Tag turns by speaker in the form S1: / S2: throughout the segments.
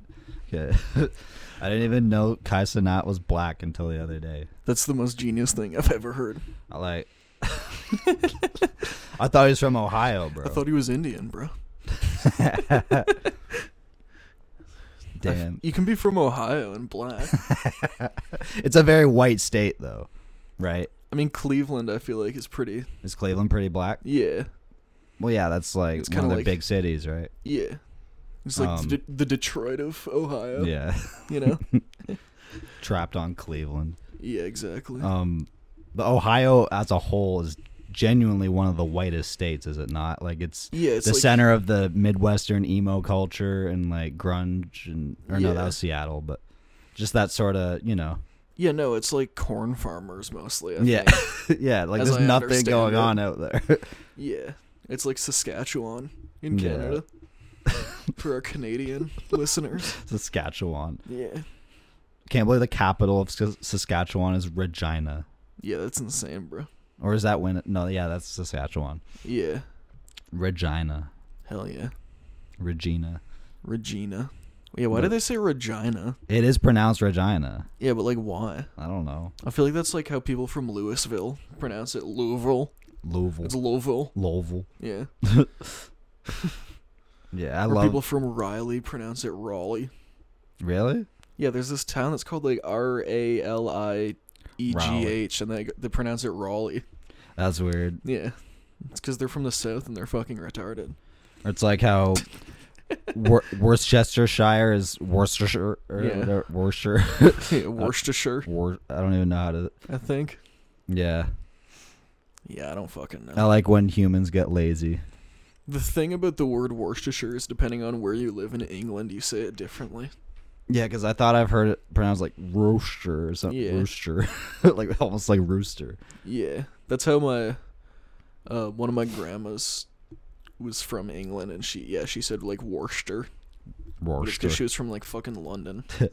S1: Okay. I didn't even know Kai Sanat was black until the other day.
S2: That's the most genius thing I've ever heard.
S1: I like. I thought he was from Ohio, bro.
S2: I thought he was Indian, bro.
S1: Damn.
S2: You can be from Ohio and black.
S1: It's a very white state, though, right?
S2: I mean, Cleveland, I feel like, is pretty.
S1: Is Cleveland pretty black?
S2: Yeah.
S1: Well, yeah, that's like
S2: It's
S1: one of
S2: kinda
S1: the
S2: like-
S1: big cities, right?
S2: Yeah. It's like
S1: Um,
S2: the, the Detroit of Ohio.
S1: Yeah.
S2: You know?
S1: Trapped on Cleveland.
S2: yeah, exactly.
S1: Um, the Ohio as a whole is genuinely one of the whitest states, is it not? Like it's
S2: yeah, it's
S1: the
S2: like,
S1: center of the Midwestern emo culture and like grunge and or no, that
S2: Yeah.
S1: was Seattle, but just that sort of you know,
S2: Yeah, no, it's like corn farmers mostly. I
S1: yeah,
S2: Think.
S1: yeah. Like
S2: As
S1: there's
S2: I
S1: nothing
S2: understand
S1: going
S2: it.
S1: on out there.
S2: Yeah. It's like Saskatchewan in
S1: Yeah.
S2: Canada. For our Canadian listeners.
S1: Saskatchewan.
S2: Yeah.
S1: Can't believe the capital of Sas- Saskatchewan is Regina,
S2: Yeah, that's insane, bro.
S1: or is that when? No, yeah, that's Saskatchewan.
S2: Yeah.
S1: Regina,
S2: Hell yeah.
S1: Regina.
S2: Regina. Yeah, why
S1: But-
S2: did they say Regina?
S1: It is pronounced Regina.
S2: Yeah, but like why?
S1: I don't know.
S2: I feel like that's like how people from Louisville pronounce it Louisville.
S1: Louisville.
S2: It's Louisville.
S1: Louisville.
S2: Yeah.
S1: Yeah, I
S2: or
S1: love.
S2: people from Riley pronounce it Raleigh.
S1: Really?
S2: Yeah, there's this town that's called like R A L I E G H, and they they pronounce it Raleigh.
S1: That's weird.
S2: Yeah, it's because they're from the south and they're fucking retarded.
S1: It's like how Wor- Worcestershire is Worcestershire. Or
S2: Yeah.
S1: whatever- Worcestershire.
S2: Yeah,
S1: Uh,
S2: Worcestershire,
S1: Wor- I don't even know how to.
S2: I think.
S1: Yeah.
S2: Yeah, I don't fucking know.
S1: I like when humans get lazy.
S2: The thing about the word Worcestershire is, depending on where you live in England, you say it differently.
S1: Yeah, because I thought I've heard it pronounced like rooster or something.
S2: Yeah.
S1: Rooster. like almost like rooster.
S2: Yeah, that's how my uh, one of my grandmas was from England, and she yeah she said like Worcester because
S1: Rooster.
S2: she was from like fucking London.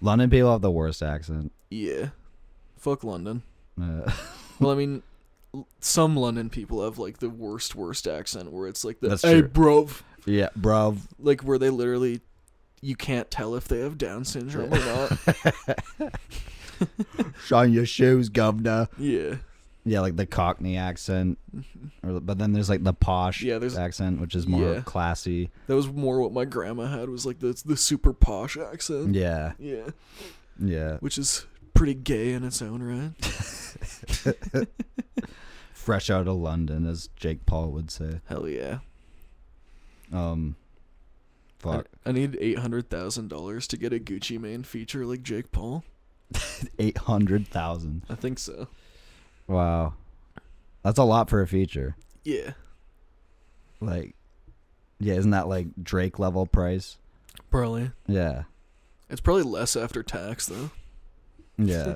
S1: London people have the worst accent.
S2: Yeah, fuck London.
S1: Uh,
S2: Well, I mean, l- some London people have like the worst, worst accent where it's like the
S1: That's
S2: "Hey,
S1: true.
S2: bruv,"
S1: yeah, bro.
S2: like where they literally you can't tell if they have Down syndrome or not.
S1: Shine your shoes, governor.
S2: yeah,
S1: Yeah, like the Cockney accent, or, but then there's like the posh
S2: Yeah, there's-
S1: accent, which is more
S2: Yeah.
S1: classy.
S2: that was more what my grandma had was like the the super posh accent.
S1: Yeah,
S2: Yeah,
S1: yeah.
S2: which is pretty gay in its own right.
S1: Fresh out of London, as Jake Paul would say.
S2: Hell yeah.
S1: Um,
S2: I-
S1: fuck,
S2: I need eight hundred thousand dollars to get a Gucci Mane feature like Jake Paul.
S1: eight hundred thousand.
S2: I think so.
S1: Wow, that's a lot for a feature.
S2: Yeah,
S1: Like, yeah, isn't that like Drake level price?
S2: probably.
S1: Yeah,
S2: It's probably less after tax though.
S1: yeah,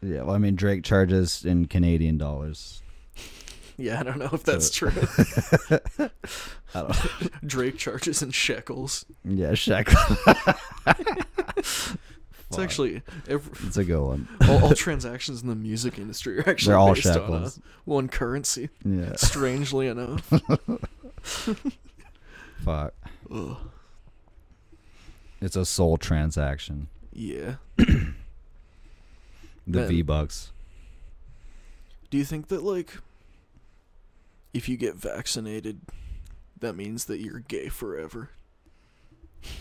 S1: yeah. Well, I mean, Drake charges in Canadian dollars.
S2: Yeah, I don't know if that's true.
S1: I don't.
S2: Drake charges in shekels.
S1: yeah, Shaq.
S2: It's actually every,
S1: It's a good one.
S2: all, all transactions in the music industry are actually
S1: They're all
S2: based on uh,
S1: shekels.
S2: one currency.
S1: Yeah.
S2: Strangely enough,
S1: Fuck.
S2: Ugh.
S1: It's a sole transaction.
S2: yeah.
S1: The
S2: Man.
S1: V Bucks.
S2: Do you think that like, if you get vaccinated, that means that you're gay forever?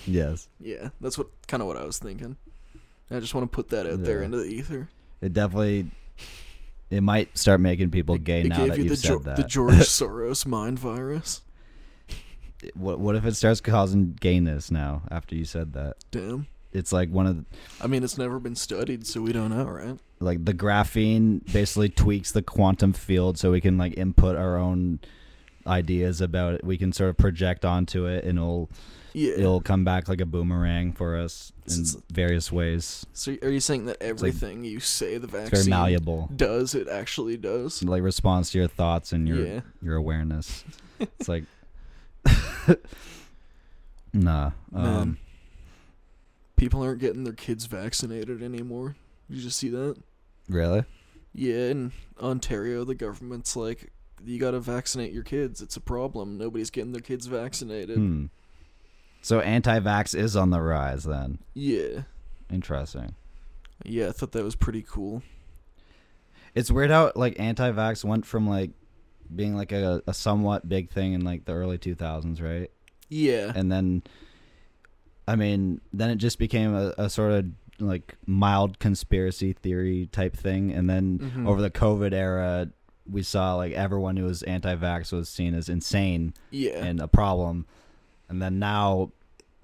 S1: Yes.
S2: Yeah, that's what kind of what I was thinking. I just want to put that out there
S1: Yeah.
S2: into the ether.
S1: It definitely. It might start making people gay
S2: it
S1: now
S2: gave
S1: that
S2: you
S1: you've
S2: the,
S1: said
S2: Geo-
S1: that.
S2: the George Soros mind virus.
S1: what What if it starts causing gayness now after you said that?
S2: Damn.
S1: It's like one of the,
S2: I mean, it's never been studied, so we don't know, right?
S1: like the graphene basically tweaks the quantum field so we can like input our own ideas about it. We can sort of project onto it, and it'll
S2: Yeah.
S1: it'll come back like a boomerang for us in
S2: It's-
S1: various ways.
S2: So are you saying that everything you say the
S1: It's very
S2: vaccine
S1: malleable.
S2: does, it actually does?
S1: like responds to your thoughts and your
S2: Yeah.
S1: your awareness. It's like nah. Um
S2: Man. People aren't getting their kids vaccinated anymore. You just see that?
S1: really?
S2: Yeah, in Ontario, the government's like, you gotta vaccinate your kids. It's a problem. Nobody's getting their kids vaccinated.
S1: Hmm. So anti-vax is on the rise then.
S2: Yeah.
S1: Interesting.
S2: Yeah, I thought that was pretty cool.
S1: It's weird how like anti-vax went from like being like a, a somewhat big thing in like the early 2000s, right?
S2: Yeah.
S1: And then I mean, then it just became a, a sort of like mild conspiracy theory type thing and then
S2: Mhm.
S1: over the COVID era we saw like everyone who was anti-vax was seen as insane
S2: Yeah.
S1: and a problem. And then now,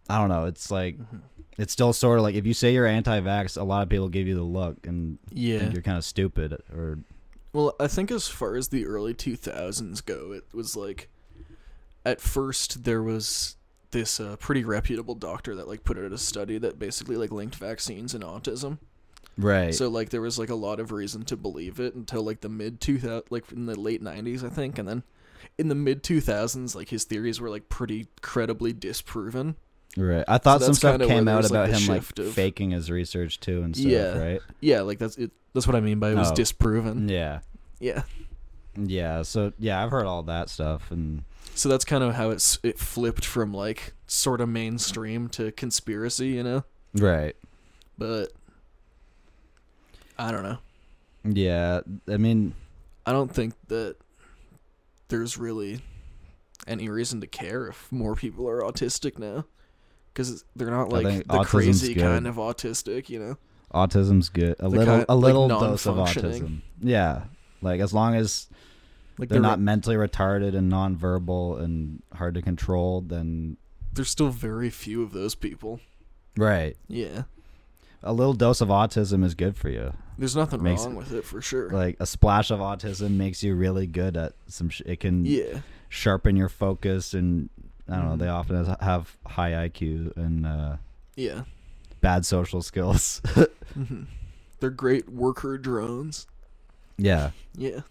S1: I don't know. It's like
S2: Mhm.
S1: it's still sort of like if you say you're anti-vax, a lot of people give you the look and
S2: yeah.
S1: think you're kind of stupid. Or
S2: Well, I think as far as the early 2000s go, it was like at first there was this uh, pretty reputable doctor that like put out a study that basically like linked vaccines and autism.
S1: right,
S2: So like there was like a lot of reason to believe it until like the mid 2000 like in the late 90s I think and then in the mid 2000s like his theories were like pretty credibly disproven.
S1: right. I thought
S2: so
S1: some
S2: that's
S1: stuff
S2: kinda
S1: came
S2: where
S1: out
S2: there's, like,
S1: about
S2: the
S1: him like
S2: shift of-
S1: faking his research too and stuff.
S2: Yeah. Mm-hmm.
S1: Right.
S2: Yeah, like that's it that's what I mean by it was
S1: Oh.
S2: disproven.
S1: Yeah.
S2: Yeah.
S1: Yeah. So yeah, I've heard all that stuff and
S2: So that's kind of how it's it flipped from like sort of mainstream to conspiracy, you know?
S1: right.
S2: But I don't know.
S1: Yeah. I mean,
S2: I don't think that there's really any reason to care if more people are autistic now because they're not
S1: I
S2: like
S1: think
S2: the
S1: autism's
S2: crazy
S1: good.
S2: kind of autistic, you know.
S1: autism's good. A
S2: The
S1: little,
S2: kind-
S1: a
S2: like,
S1: little dose of autism.
S2: non-functioning.
S1: Yeah. Like as long as
S2: Like
S1: they're not mentally retarded and nonverbal and hard to control, then
S2: there's still very few of those people.
S1: right.
S2: Yeah,
S1: A little dose of autism is good for you.
S2: there's nothing
S1: Makes-
S2: wrong with it for sure.
S1: Like a splash of autism makes you really good at some. Sh- it can
S2: yeah,
S1: sharpen your focus, and I don't know.
S2: Mhm.
S1: They often has- have high IQ and uh,
S2: yeah.
S1: bad social skills.
S2: hmm They're great worker drones.
S1: yeah,
S2: Yeah,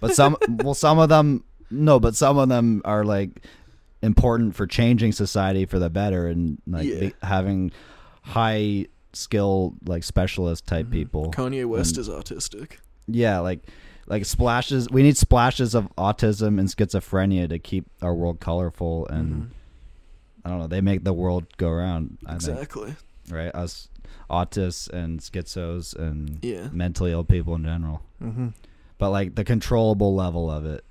S1: but some well, some of them no, but some of them are like important for changing society for the better, and like
S2: Yeah.
S1: the- having high skill like specialist type
S2: Mhm.
S1: people.
S2: Kanye West
S1: And-
S2: is autistic.
S1: Yeah, like like splashes. We need splashes of autism and schizophrenia to keep our world colorful, and
S2: Mhm.
S1: I don't know. They make the world go round. I
S2: exactly.
S1: think right us autists and schizos and
S2: Yeah.
S1: mentally ill people in general.
S2: Mm-hmm.
S1: But like the controllable level of it,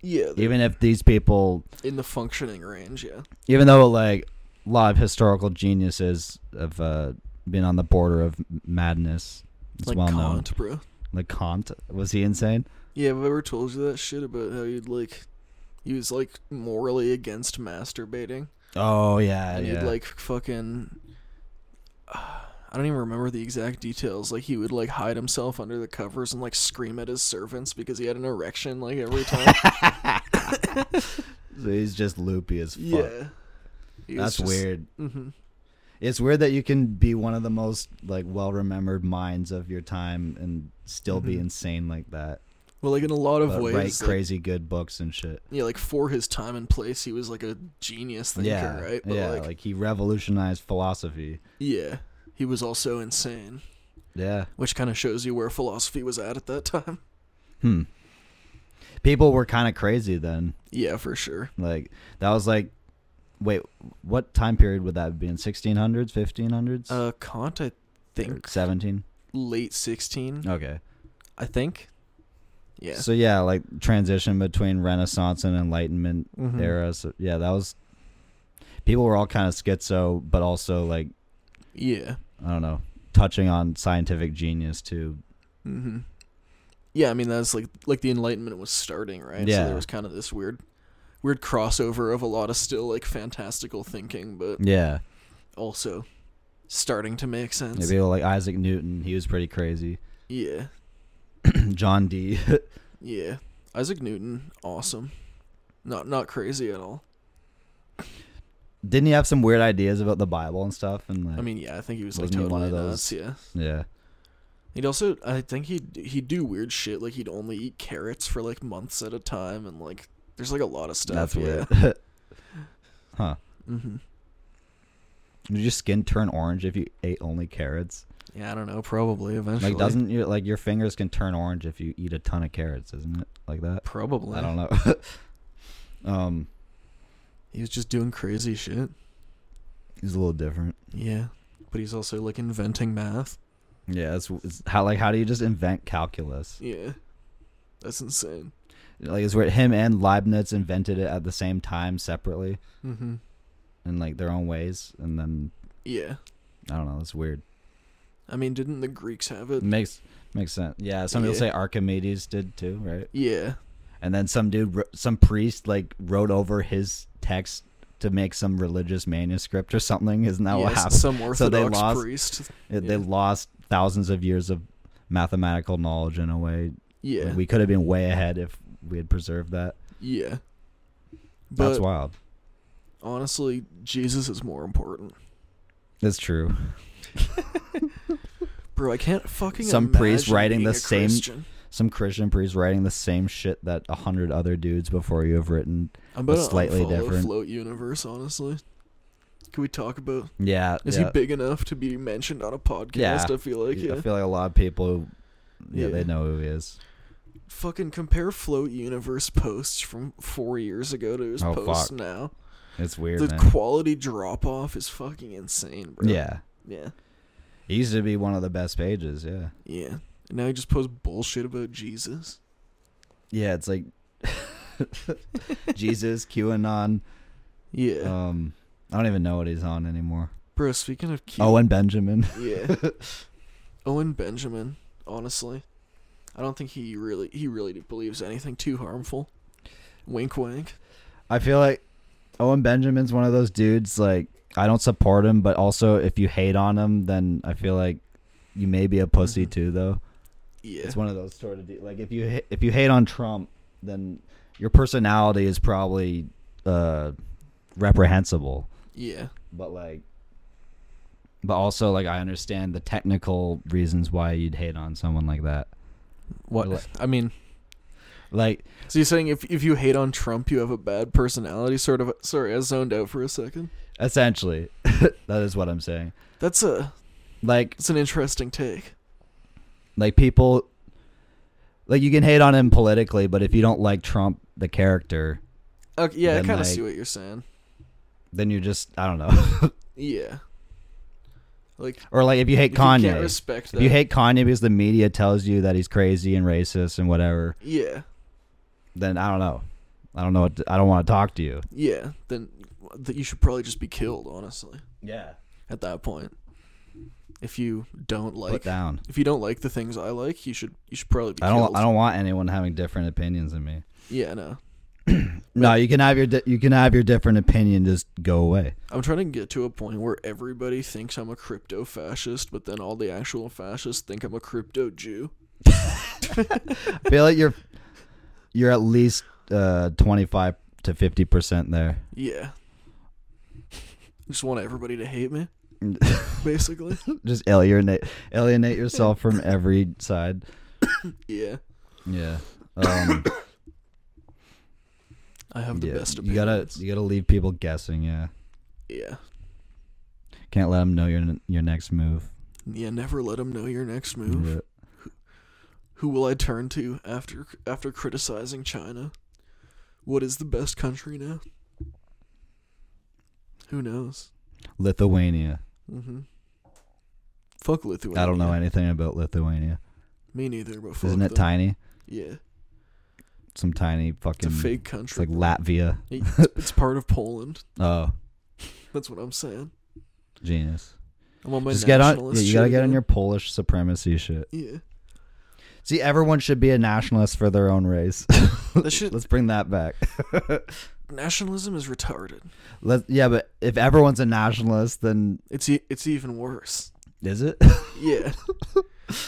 S2: Yeah, they're
S1: even if these people,
S2: in the functioning range. Yeah.
S1: even though like a lot of historical geniuses have uh, been on the border of madness, it's
S2: like
S1: well known.
S2: Kant, bro.
S1: Like Kant, was he insane?
S2: Yeah, have I ever told you that shit about how you'd like he was like morally against masturbating
S1: Oh yeah,
S2: and
S1: yeah.
S2: you'd like fucking I don't even remember the exact details. Like he would like hide himself under the covers and like scream at his servants because he had an erection like every time.
S1: So he's just loopy as fuck.
S2: yeah. He
S1: That's
S2: was just-
S1: weird.
S2: Mhm.
S1: It's weird that you can be one of the most like well remembered minds of your time and still be
S2: Mhm.
S1: insane like that.
S2: Well, like in a lot of
S1: But
S2: ways,
S1: write
S2: like-
S1: crazy good books and shit.
S2: yeah, like for his time and place, he was like a genius thinker,
S1: yeah,
S2: right?
S1: yeah. Like, he revolutionized philosophy.
S2: yeah, he was also insane,
S1: Yeah.
S2: which kind of shows you where philosophy was at at that time.
S1: Hmm. People were kind of crazy then.
S2: Yeah, for sure.
S1: Like that was like, wait, what time period would that be in? Sixteen hundreds, fifteen hundreds,
S2: Uh, Kant, I think
S1: seventeen.
S2: late sixteen.
S1: Okay.
S2: I think. Yeah.
S1: So yeah, like transition between Renaissance and Enlightenment
S2: Mhm.
S1: era. So yeah, that was people were all kind of schizo, but also like
S2: Yeah.
S1: I don't know, touching on scientific genius too.
S2: Mm-hmm. Yeah, I mean that's like like the Enlightenment was starting, right? So
S1: Yeah.
S2: there was kind of this weird, weird crossover of a lot of still like fantastical thinking, but
S1: Yeah,
S2: also starting to make sense.
S1: maybe like Isaac Newton, he was pretty crazy.
S2: Yeah.
S1: John Dee,
S2: Yeah. Isaac Newton, awesome. Not not crazy at all.
S1: didn't he have some weird ideas about the Bible and stuff? And like,
S2: I mean, yeah, I think he was like
S1: Wasn't he
S2: totally
S1: one of
S2: nuts.
S1: those-
S2: Yeah.
S1: yeah,
S2: He'd also, I think he'd he'd do weird shit. Like he'd only eat carrots for like months at a time, and like there's like a lot of stuff.
S1: that's
S2: yeah.
S1: weird. huh?
S2: Mm-hmm.
S1: Did your skin turn orange if you ate only carrots?
S2: Yeah, I don't know. Probably eventually.
S1: Like, doesn't your like your fingers can turn orange if you eat a ton of carrots? Isn't it like that?
S2: probably.
S1: I don't know. um,
S2: He was just doing crazy shit.
S1: He's a little different.
S2: Yeah, but he's also like inventing math.
S1: Yeah, it's, it's how like how do you just invent calculus?
S2: Yeah, that's insane.
S1: Like it's where him and Leibniz invented it at the same time separately
S2: Mm-hmm.
S1: in like their own ways, and then
S2: Yeah,
S1: I don't know. It's weird.
S2: I mean, didn't the Greeks have it?
S1: It makes makes sense. Yeah, some people
S2: Yeah.
S1: say Archimedes did too, right?
S2: Yeah,
S1: And then some dude, wr- some priest, like wrote over his text to make some religious manuscript or something. Isn't that
S2: yeah,
S1: what
S2: s-
S1: happened?
S2: some Orthodox
S1: So they lost-
S2: priest.
S1: It They
S2: yeah.
S1: lost thousands of years of mathematical knowledge in a way. Like,
S2: Yeah,
S1: we could have been way ahead if we had preserved that.
S2: yeah. But
S1: That's wild.
S2: honestly, Jesus is more important,
S1: That's true.
S2: bro. I can't fucking.
S1: Some priest
S2: imagine
S1: writing
S2: being
S1: the
S2: a
S1: same-
S2: Christian.
S1: Some Christian priest writing the same shit that a hundred other dudes before you have written.
S2: I'm about
S1: was
S2: to
S1: slightly
S2: unfollow
S1: different.
S2: Float universe, honestly. Can we talk about?
S1: Yeah.
S2: Is
S1: yeah.
S2: he big enough to be mentioned on a podcast?
S1: Yeah.
S2: I feel like yeah.
S1: I feel like a lot of people, yeah,
S2: Yeah.
S1: they know who he is.
S2: Fucking compare Float Universe posts from four years ago to his
S1: Oh,
S2: posts
S1: fuck.
S2: now.
S1: It's weird,
S2: the
S1: man.
S2: quality drop off is fucking insane, bro.
S1: Yeah.
S2: Yeah.
S1: He used to be one of the best pages, yeah.
S2: Yeah. And now he just posts bullshit about Jesus.
S1: Yeah, it's like Jesus, QAnon.
S2: Yeah.
S1: Um, I don't even know what he's on anymore.
S2: bro, speaking of Q.
S1: Owen Benjamin.
S2: Yeah. Owen Benjamin, honestly. I don't think he really he really believes anything too harmful. Wink wink.
S1: I feel like Owen Benjamin's one of those dudes. Like I don't support him, but also if you hate on him, then I feel like you may be a pussy
S2: Mhm.
S1: too. Though
S2: Yeah.
S1: it's one of those sort of de- like if you ha- if you hate on Trump, then your personality is probably uh, reprehensible.
S2: Yeah.
S1: but like but also like i understand the technical reasons why you'd hate on someone like that
S2: What
S1: Like-
S2: I mean,
S1: like
S2: so you're saying if if you hate on Trump, you have a bad personality sort of sorry, I zoned out for a second.
S1: essentially that is what i'm saying
S2: That's a
S1: like
S2: it's an interesting take.
S1: like people like you can hate on him politically but if you don't like trump the character
S2: Okay, yeah, I
S1: Then,
S2: kind of
S1: like-
S2: see what you're saying.
S1: then you just i don't know
S2: Yeah. Like
S1: or like if you hate
S2: if
S1: kanye
S2: You can't respect
S1: if
S2: that.
S1: you hate kanye because the media tells you that he's crazy and racist and whatever
S2: yeah,
S1: then i don't know i don't know what to- i don't want to talk to you
S2: yeah, then that you should probably just be killed. Honestly,
S1: yeah
S2: at that point, if you don't
S1: put
S2: like
S1: down
S2: if you don't like the things I like, you should you should probably be
S1: i
S2: killed.
S1: don't i don't want anyone having different opinions than me
S2: Yeah, no.
S1: No, you can have your di- you can have your different opinion. Just go away.
S2: I'm trying to get to a point where everybody thinks I'm a crypto fascist, but then all the actual fascists think I'm a crypto Jew.
S1: I feel like you're you're at least uh, twenty five to fifty percent there.
S2: Yeah. Just want everybody to hate me, basically.
S1: Just alienate alienate yourself from every side.
S2: yeah.
S1: Yeah. Um,
S2: I have the
S1: yeah.
S2: best
S1: you gotta
S2: opinions.
S1: you gotta leave people guessing. Yeah,
S2: yeah.
S1: can't let them know your n- your next move.
S2: Yeah, never let them know your next move.
S1: Yeah.
S2: Who will I turn to after after criticizing China? What is the best country now? Who knows?
S1: Lithuania.
S2: Mm-hmm. Fuck Lithuania.
S1: I don't know anything about Lithuania.
S2: Me neither, but fuck
S1: Isn't it
S2: them.
S1: tiny?
S2: Yeah,
S1: Some tiny
S2: it's
S1: fucking.
S2: a fake
S1: It's
S2: country.
S1: like Latvia.
S2: It's part of Poland.
S1: Oh,
S2: That's what I'm saying.
S1: genius.
S2: I'm on my
S1: Just get on. Yeah,
S2: nationalist
S1: you gotta
S2: shit
S1: get on
S2: again.
S1: your Polish supremacy shit.
S2: Yeah,
S1: See, everyone should be a nationalist for their own race.
S2: that shit.
S1: Let's bring that back.
S2: Nationalism is retarded.
S1: Let yeah, but if everyone's a nationalist, then
S2: It's e- it's even worse.
S1: is it?
S2: Yeah.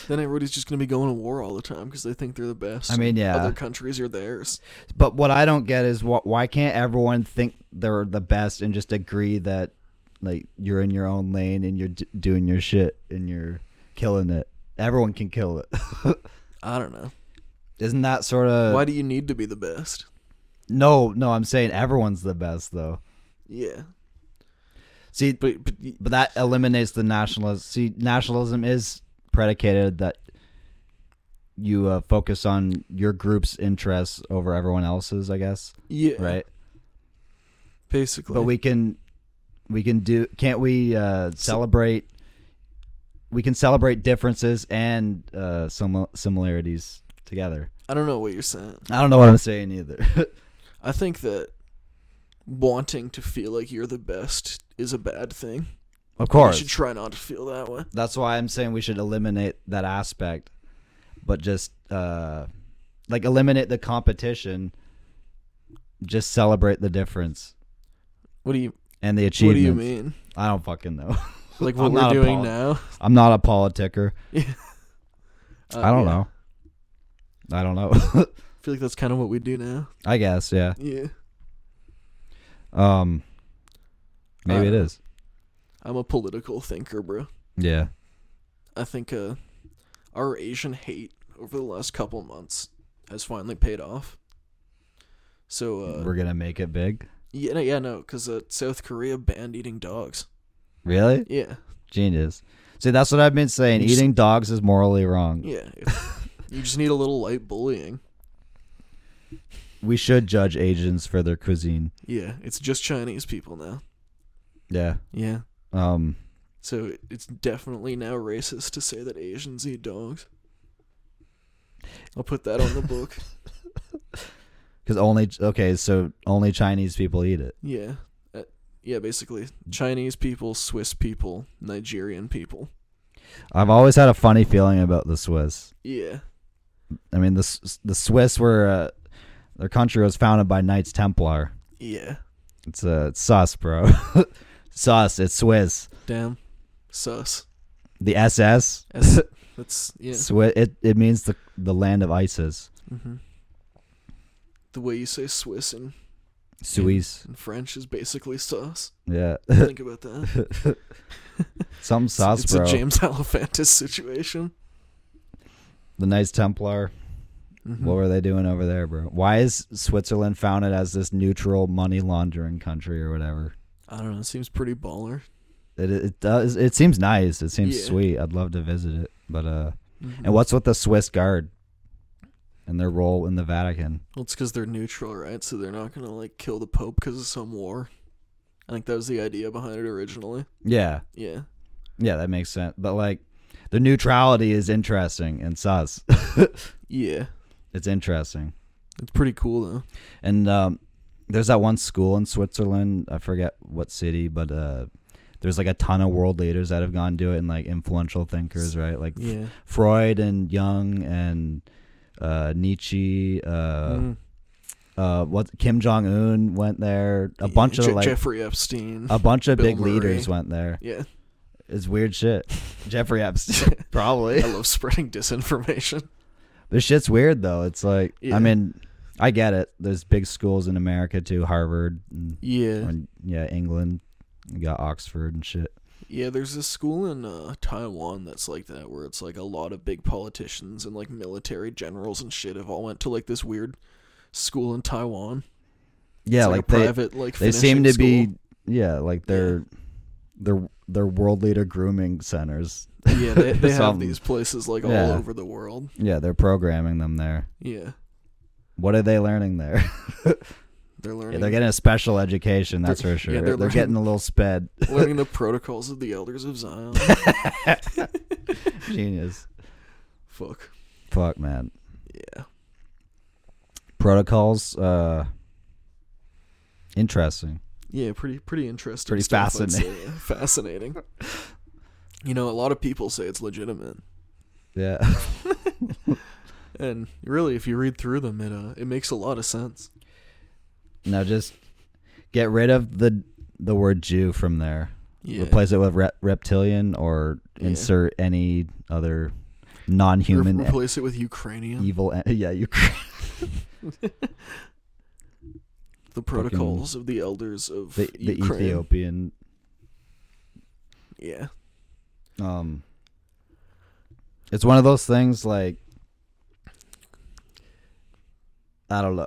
S2: then everybody's just gonna be going to war all the time because they think they're the best.
S1: I mean, yeah.
S2: Other countries are theirs.
S1: But what I don't get is wh- why can't everyone think they're the best and just agree that like you're in your own lane and you're d- doing your shit and you're killing it. Everyone can kill it.
S2: I don't know.
S1: Isn't that sort of
S2: Why do you need to be the best?
S1: No, no, I'm saying everyone's the best though.
S2: Yeah,
S1: See,
S2: but but y-
S1: but that eliminates the nationalism. See, nationalism is predicated that you uh, focus on your group's interests over everyone else's, I guess,
S2: yeah,
S1: right?
S2: Basically,
S1: But we can We can do. Can't we uh, celebrate? We can celebrate differences and uh, some similarities together.
S2: I don't know what you're saying.
S1: I don't know what I'm saying either.
S2: I think that wanting to feel like you're the best is a bad thing.
S1: of
S2: You should
S1: course,
S2: try not to feel that way.
S1: that's why I'm saying we should eliminate that aspect, but just uh, like eliminate the competition. Just celebrate the difference
S2: What do you
S1: and the
S2: What do
S1: achievements.
S2: you mean?
S1: I don't fucking know.
S2: Like
S1: I'm
S2: what we're
S1: not a
S2: doing
S1: poli-
S2: now?
S1: I'm not a politicker.
S2: Uh,
S1: I don't
S2: yeah.
S1: know. I don't know.
S2: I feel like that's kind of what we do now.
S1: I guess, yeah.
S2: Yeah.
S1: Um maybe
S2: I
S1: it
S2: don't
S1: is.
S2: I'm a political thinker, bro.
S1: Yeah.
S2: I think uh, our Asian hate over the last couple months has finally paid off. So uh,
S1: We're going to make it big.
S2: yeah, no, yeah, no, because uh, South Korea banned eating dogs.
S1: Really?
S2: Yeah,
S1: Genius. See, that's what I've been saying.
S2: You just-
S1: Eating dogs is morally wrong.
S2: yeah. you just need a little light bullying.
S1: We should judge Asians for their cuisine.
S2: Yeah, it's just Chinese people now.
S1: Yeah.
S2: Yeah,
S1: Um
S2: so it- it's definitely now racist to say that Asians eat dogs. I'll put that on the book.
S1: cuz only okay, so only Chinese people eat it.
S2: Yeah. Uh, yeah, basically. Chinese people, Swiss people, Nigerian people.
S1: I've always had a funny feeling about the Swiss.
S2: Yeah.
S1: I mean, the S- the Swiss were uh, their country was founded by Knights Templar.
S2: Yeah.
S1: It's uh, it's sus, bro. sus. It's Swiss.
S2: Damn. Sus.
S1: The SS.
S2: That's, that's yeah.
S1: Swi- it it means the the land of ISIS.
S2: hmm The way you say Swiss in,
S1: Suisse.
S2: in French is basically sus.
S1: Yeah.
S2: Think about that.
S1: Some sus,
S2: it's
S1: bro.
S2: a James Alephantis situation.
S1: the Knights Templar.
S2: Mhm.
S1: What were they doing over there, bro? Why is Switzerland founded as this neutral money laundering country or whatever?
S2: I don't know. It seems pretty baller.
S1: It it does. It seems nice. It seems
S2: Yeah.
S1: sweet. I'd love to visit it, but uh.
S2: Mhm.
S1: And what's with the Swiss Guard and their role in the Vatican?
S2: Well, it's because they're neutral, right? So they're not going to, like, kill the Pope because of some war. I think that was the idea behind it originally.
S1: Yeah,
S2: Yeah.
S1: yeah, that makes sense. But like, their neutrality is interesting and sus.
S2: Yeah.
S1: it's interesting.
S2: It's pretty cool, though.
S1: And um, there's that one school in Switzerland. I forget what city, but uh, there's like a ton of world leaders that have gone to it and like influential thinkers, right? Like
S2: Yeah.
S1: Freud and Jung and uh, Nietzsche. Uh,
S2: Mm.
S1: uh, what Kim Jong Un went there. A
S2: Yeah,
S1: bunch of
S2: Je-
S1: like
S2: Jeffrey Epstein.
S1: a bunch of
S2: Bill
S1: big leaders
S2: Murray.
S1: went there.
S2: yeah,
S1: It's weird shit. Jeffrey Epstein, probably.
S2: I love spreading disinformation.
S1: This shit's weird though. It's like
S2: Yeah.
S1: I mean, I get it. There's big schools in America too, Harvard and
S2: Yeah,
S1: and, yeah, England. You got Oxford and shit.
S2: yeah. There's this school in uh, Taiwan that's like that, where it's like a lot of big politicians and like military generals and shit have all went to like this weird school in Taiwan.
S1: Yeah,
S2: It's
S1: like,
S2: a
S1: they
S2: private like
S1: they seem to
S2: finishing
S1: be yeah, like they're they're they're world leader grooming centers.
S2: school. yeah they, they have
S1: something.
S2: these places like all
S1: Yeah.
S2: over the world.
S1: Yeah, they're programming them there.
S2: Yeah,
S1: What are they learning there?
S2: they're
S1: Yeah,
S2: learning
S1: they're getting a special education, that's for sure.
S2: yeah,
S1: they're
S2: they're learning-
S1: getting a little sped.
S2: learning the protocols of the elders of Zion.
S1: Genius.
S2: Fuck.
S1: Fuck man.
S2: Yeah.
S1: protocols uh interesting
S2: Yeah, pretty pretty interesting.
S1: Pretty
S2: stuff, I'd say, yeah. fascinating. You know, a lot of people say it's legitimate,
S1: yeah
S2: and really, if you read through them, it uh, it makes a lot of sense.
S1: now just get rid of the the word jew from there
S2: Yeah,
S1: replace it with rep- reptilian or
S2: Yeah.
S1: insert any other
S2: Re-
S1: non-human e-
S2: replace it with Ukrainian.
S1: evil en- yeah you
S2: the protocols of the elders of
S1: the, the
S2: Ukraine.
S1: ethiopian
S2: Yeah,
S1: um it's one of those things like i don't know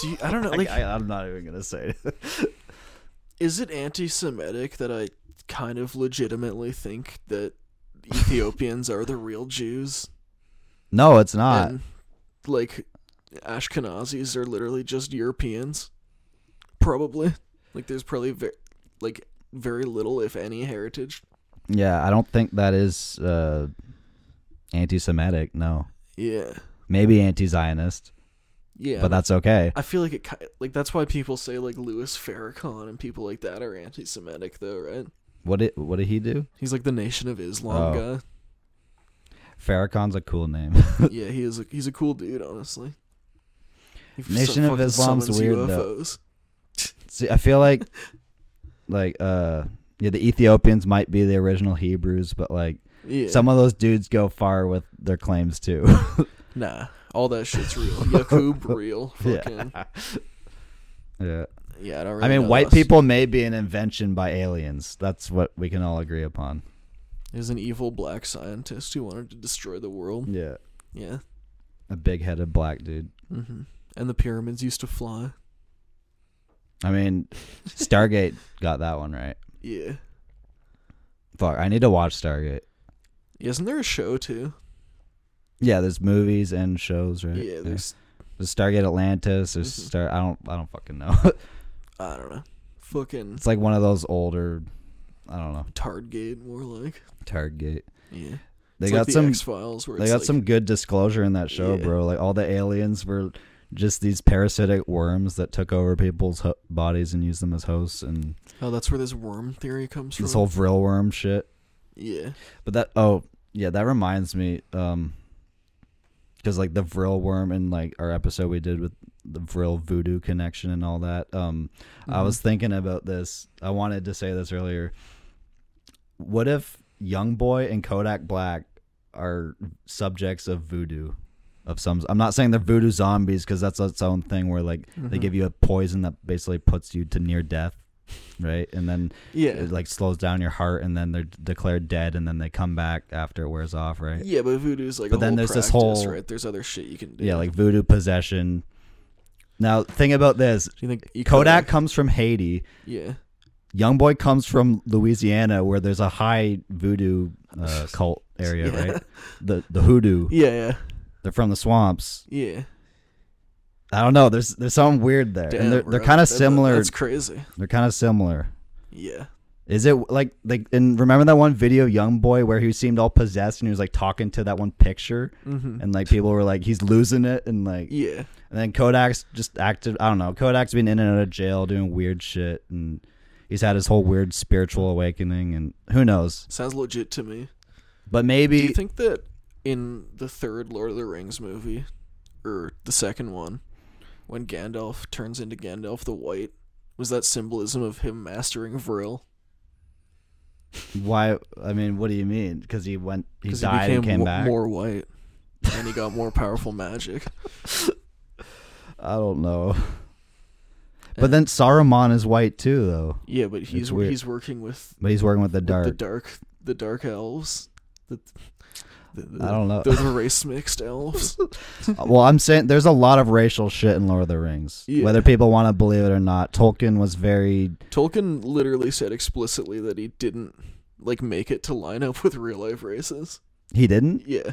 S2: do you, I don't know. Like,
S1: I, i'm not even gonna say it
S2: is it anti-Semitic that I kind of legitimately think that Ethiopians are the real Jews?
S1: no it's not
S2: And, like Ashkenazis are literally just Europeans, probably. Like there's probably ve- like very little, if any, heritage.
S1: Yeah, I don't think that is uh, anti-Semitic. No,
S2: Yeah,
S1: maybe anti-Zionist,
S2: yeah.
S1: but that's okay.
S2: I feel like it ki- like that's why people say like Louis Farrakhan and people like that are anti-Semitic though, right?
S1: What did what did he do?
S2: He's like the Nation of Islam
S1: Oh.
S2: guy.
S1: Farrakhan's a cool name.
S2: yeah, he is. A, he's a cool dude, honestly. He f-
S1: Nation of
S2: fucking
S1: Islam's
S2: summons
S1: weird, though.
S2: UFOs.
S1: See, I feel like like uh yeah, the Ethiopians might be the original Hebrews, but like
S2: Yeah,
S1: some of those dudes go far with their claims too.
S2: nah, all that shit's real. Yakub real. Fucking yeah.
S1: yeah.
S2: I don't. Really
S1: I mean,
S2: know
S1: white
S2: this.
S1: people may be an invention by aliens. That's what we can all agree upon.
S2: There's an evil black scientist who wanted to destroy the world.
S1: Yeah.
S2: Yeah.
S1: A big-headed black dude.
S2: hmm And the pyramids used to fly.
S1: I mean, Stargate got that one right.
S2: Yeah.
S1: Fuck, I need to watch Stargate.
S2: Isn't there a show too?
S1: Yeah, there's movies and shows, right?
S2: Yeah. There's.
S1: There's Stargate Atlantis. There's
S2: Mhm.
S1: Star. I don't. I don't fucking know.
S2: I don't know. Fucking
S1: it's like one of those older. I don't know.
S2: Targate, more like.
S1: Targate.
S2: Yeah.
S1: They
S2: It's
S1: got
S2: like the
S1: some.
S2: X Files where
S1: they
S2: it's
S1: got
S2: like,
S1: some good disclosure in that show,
S2: Yeah.
S1: bro. Like all the aliens were just these parasitic worms that took over people's ho- bodies and used them as hosts, and
S2: Oh, that's where this worm theory comes from.
S1: this whole vril worm shit.
S2: yeah.
S1: But that oh yeah, that reminds me. Um, because like the Vril worm and like our episode we did with the Vril voodoo connection and all that. Um, I
S2: Mm-hmm.
S1: was thinking about this. I wanted to say this earlier. What if Young Boy and Kodak Black are subjects of voodoo? Of some, I'm not saying they're voodoo zombies because that's its own thing. Where like they
S2: Mhm.
S1: give you a poison that basically puts you to near death, right? And then
S2: Mm-hmm. Yeah.
S1: it like slows down your heart and then they're declared dead and then they come back after it wears off right yeah,
S2: Yeah, but voodoo's like
S1: But
S2: a
S1: then
S2: whole
S1: there's this
S2: practice,
S1: whole-
S2: right? There's other shit you can do.
S1: like voodoo possession now think about this
S2: do you think you
S1: kodak
S2: could've-
S1: comes from haiti
S2: Yeah.
S1: young boy comes from louisiana where there's a high voodoo uh, cult area
S2: Yeah.
S1: right the the hoodoo
S2: Yeah.
S1: they're from the swamps
S2: Yeah. yeah.
S1: i don't know there's there's something weird there
S2: Damn,
S1: and they're,
S2: bro.
S1: they're kind of
S2: That- that-
S1: similar
S2: That's crazy.
S1: they're kind of similar
S2: Yeah.
S1: is it like like and remember that one video young boy where he seemed all possessed and he was like talking to that one picture
S2: Mm-hmm.
S1: and like people were like he's losing it and like
S2: Yeah.
S1: and then kodak's just acted i don't know kodak's been in and out of jail doing weird shit and he's had his whole weird spiritual awakening and who knows
S2: Sounds legit to me.
S1: but
S2: Do you
S1: maybe
S2: think that in the third Lord of the Rings movie, or the second one, when Gandalf turns into Gandalf the White, was that symbolism of him mastering Vril?
S1: why i mean what do you mean because he went he
S2: Because
S1: died
S2: became
S1: and came
S2: wo-
S1: back
S2: more white, and he got more powerful magic.
S1: i don't
S2: Eh.
S1: know but then saruman is white too though
S2: Yeah, but he's
S1: weird.
S2: he's working with
S1: but he's working with the
S2: with
S1: dark
S2: the dark the dark elves. The, the, the,
S1: i don't know
S2: Those were race mixed elves.
S1: well i'm saying there's a lot of racial shit in lord of the rings
S2: Yeah.
S1: whether people want to believe it or not tolkien was very
S2: Tolkien literally said explicitly that he didn't like make it to line up with real life races.
S1: he didn't
S2: Yeah.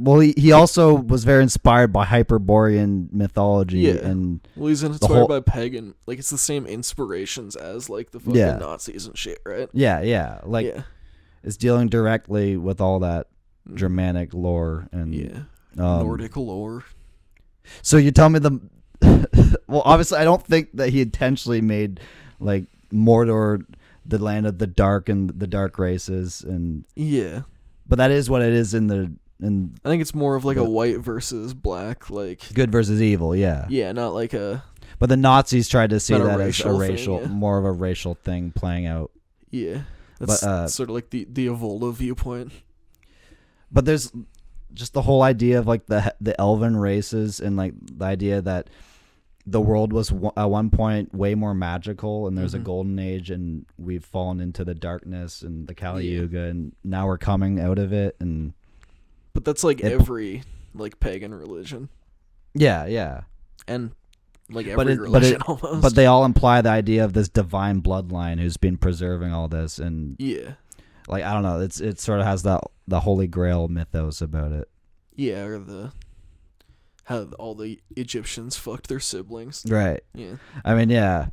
S1: Well, he, he also was very inspired by Hyperborean mythology,
S2: Yeah.
S1: and
S2: Well, he's inspired
S1: whole-
S2: by pagan. Like it's the same inspirations as like the fucking
S1: Yeah.
S2: Nazis and shit, right?
S1: yeah, yeah, like
S2: yeah,
S1: it's dealing directly with all that
S2: Mhm.
S1: Germanic lore and
S2: yeah,
S1: um,
S2: Nordic lore.
S1: So you tell me the well, obviously, I don't think that he intentionally made like Mordor the land of the dark and the dark races, and
S2: Yeah,
S1: but that is what it is in the in
S2: I think it's more of like a
S1: But-
S2: white versus black, like
S1: good versus evil, yeah.
S2: yeah, not like a
S1: But the Nazis tried to see
S2: Not a
S1: that as a
S2: racial thing,
S1: racial,
S2: yeah.
S1: more of a racial thing playing out.
S2: yeah. That's
S1: uh,
S2: sort of like the the Evola viewpoint.
S1: but there's just the whole idea of like the the elven races and like the idea that the world was w- at one point way more magical and there's a
S2: Mhm.
S1: golden age and we've fallen into the darkness and the Kali
S2: Yeah.
S1: Yuga and now we're coming out of it and
S2: But that's like
S1: It-
S2: every like pagan religion
S1: yeah yeah
S2: and like every
S1: But it-
S2: religion
S1: but it-
S2: almost.
S1: but they all imply the idea of this divine bloodline who's been preserving all this and
S2: yeah,
S1: like I don't know it's it sort of has that the holy grail mythos about it
S2: yeah, or the how all the Egyptians fucked their siblings.
S1: right
S2: Yeah,
S1: I mean yeah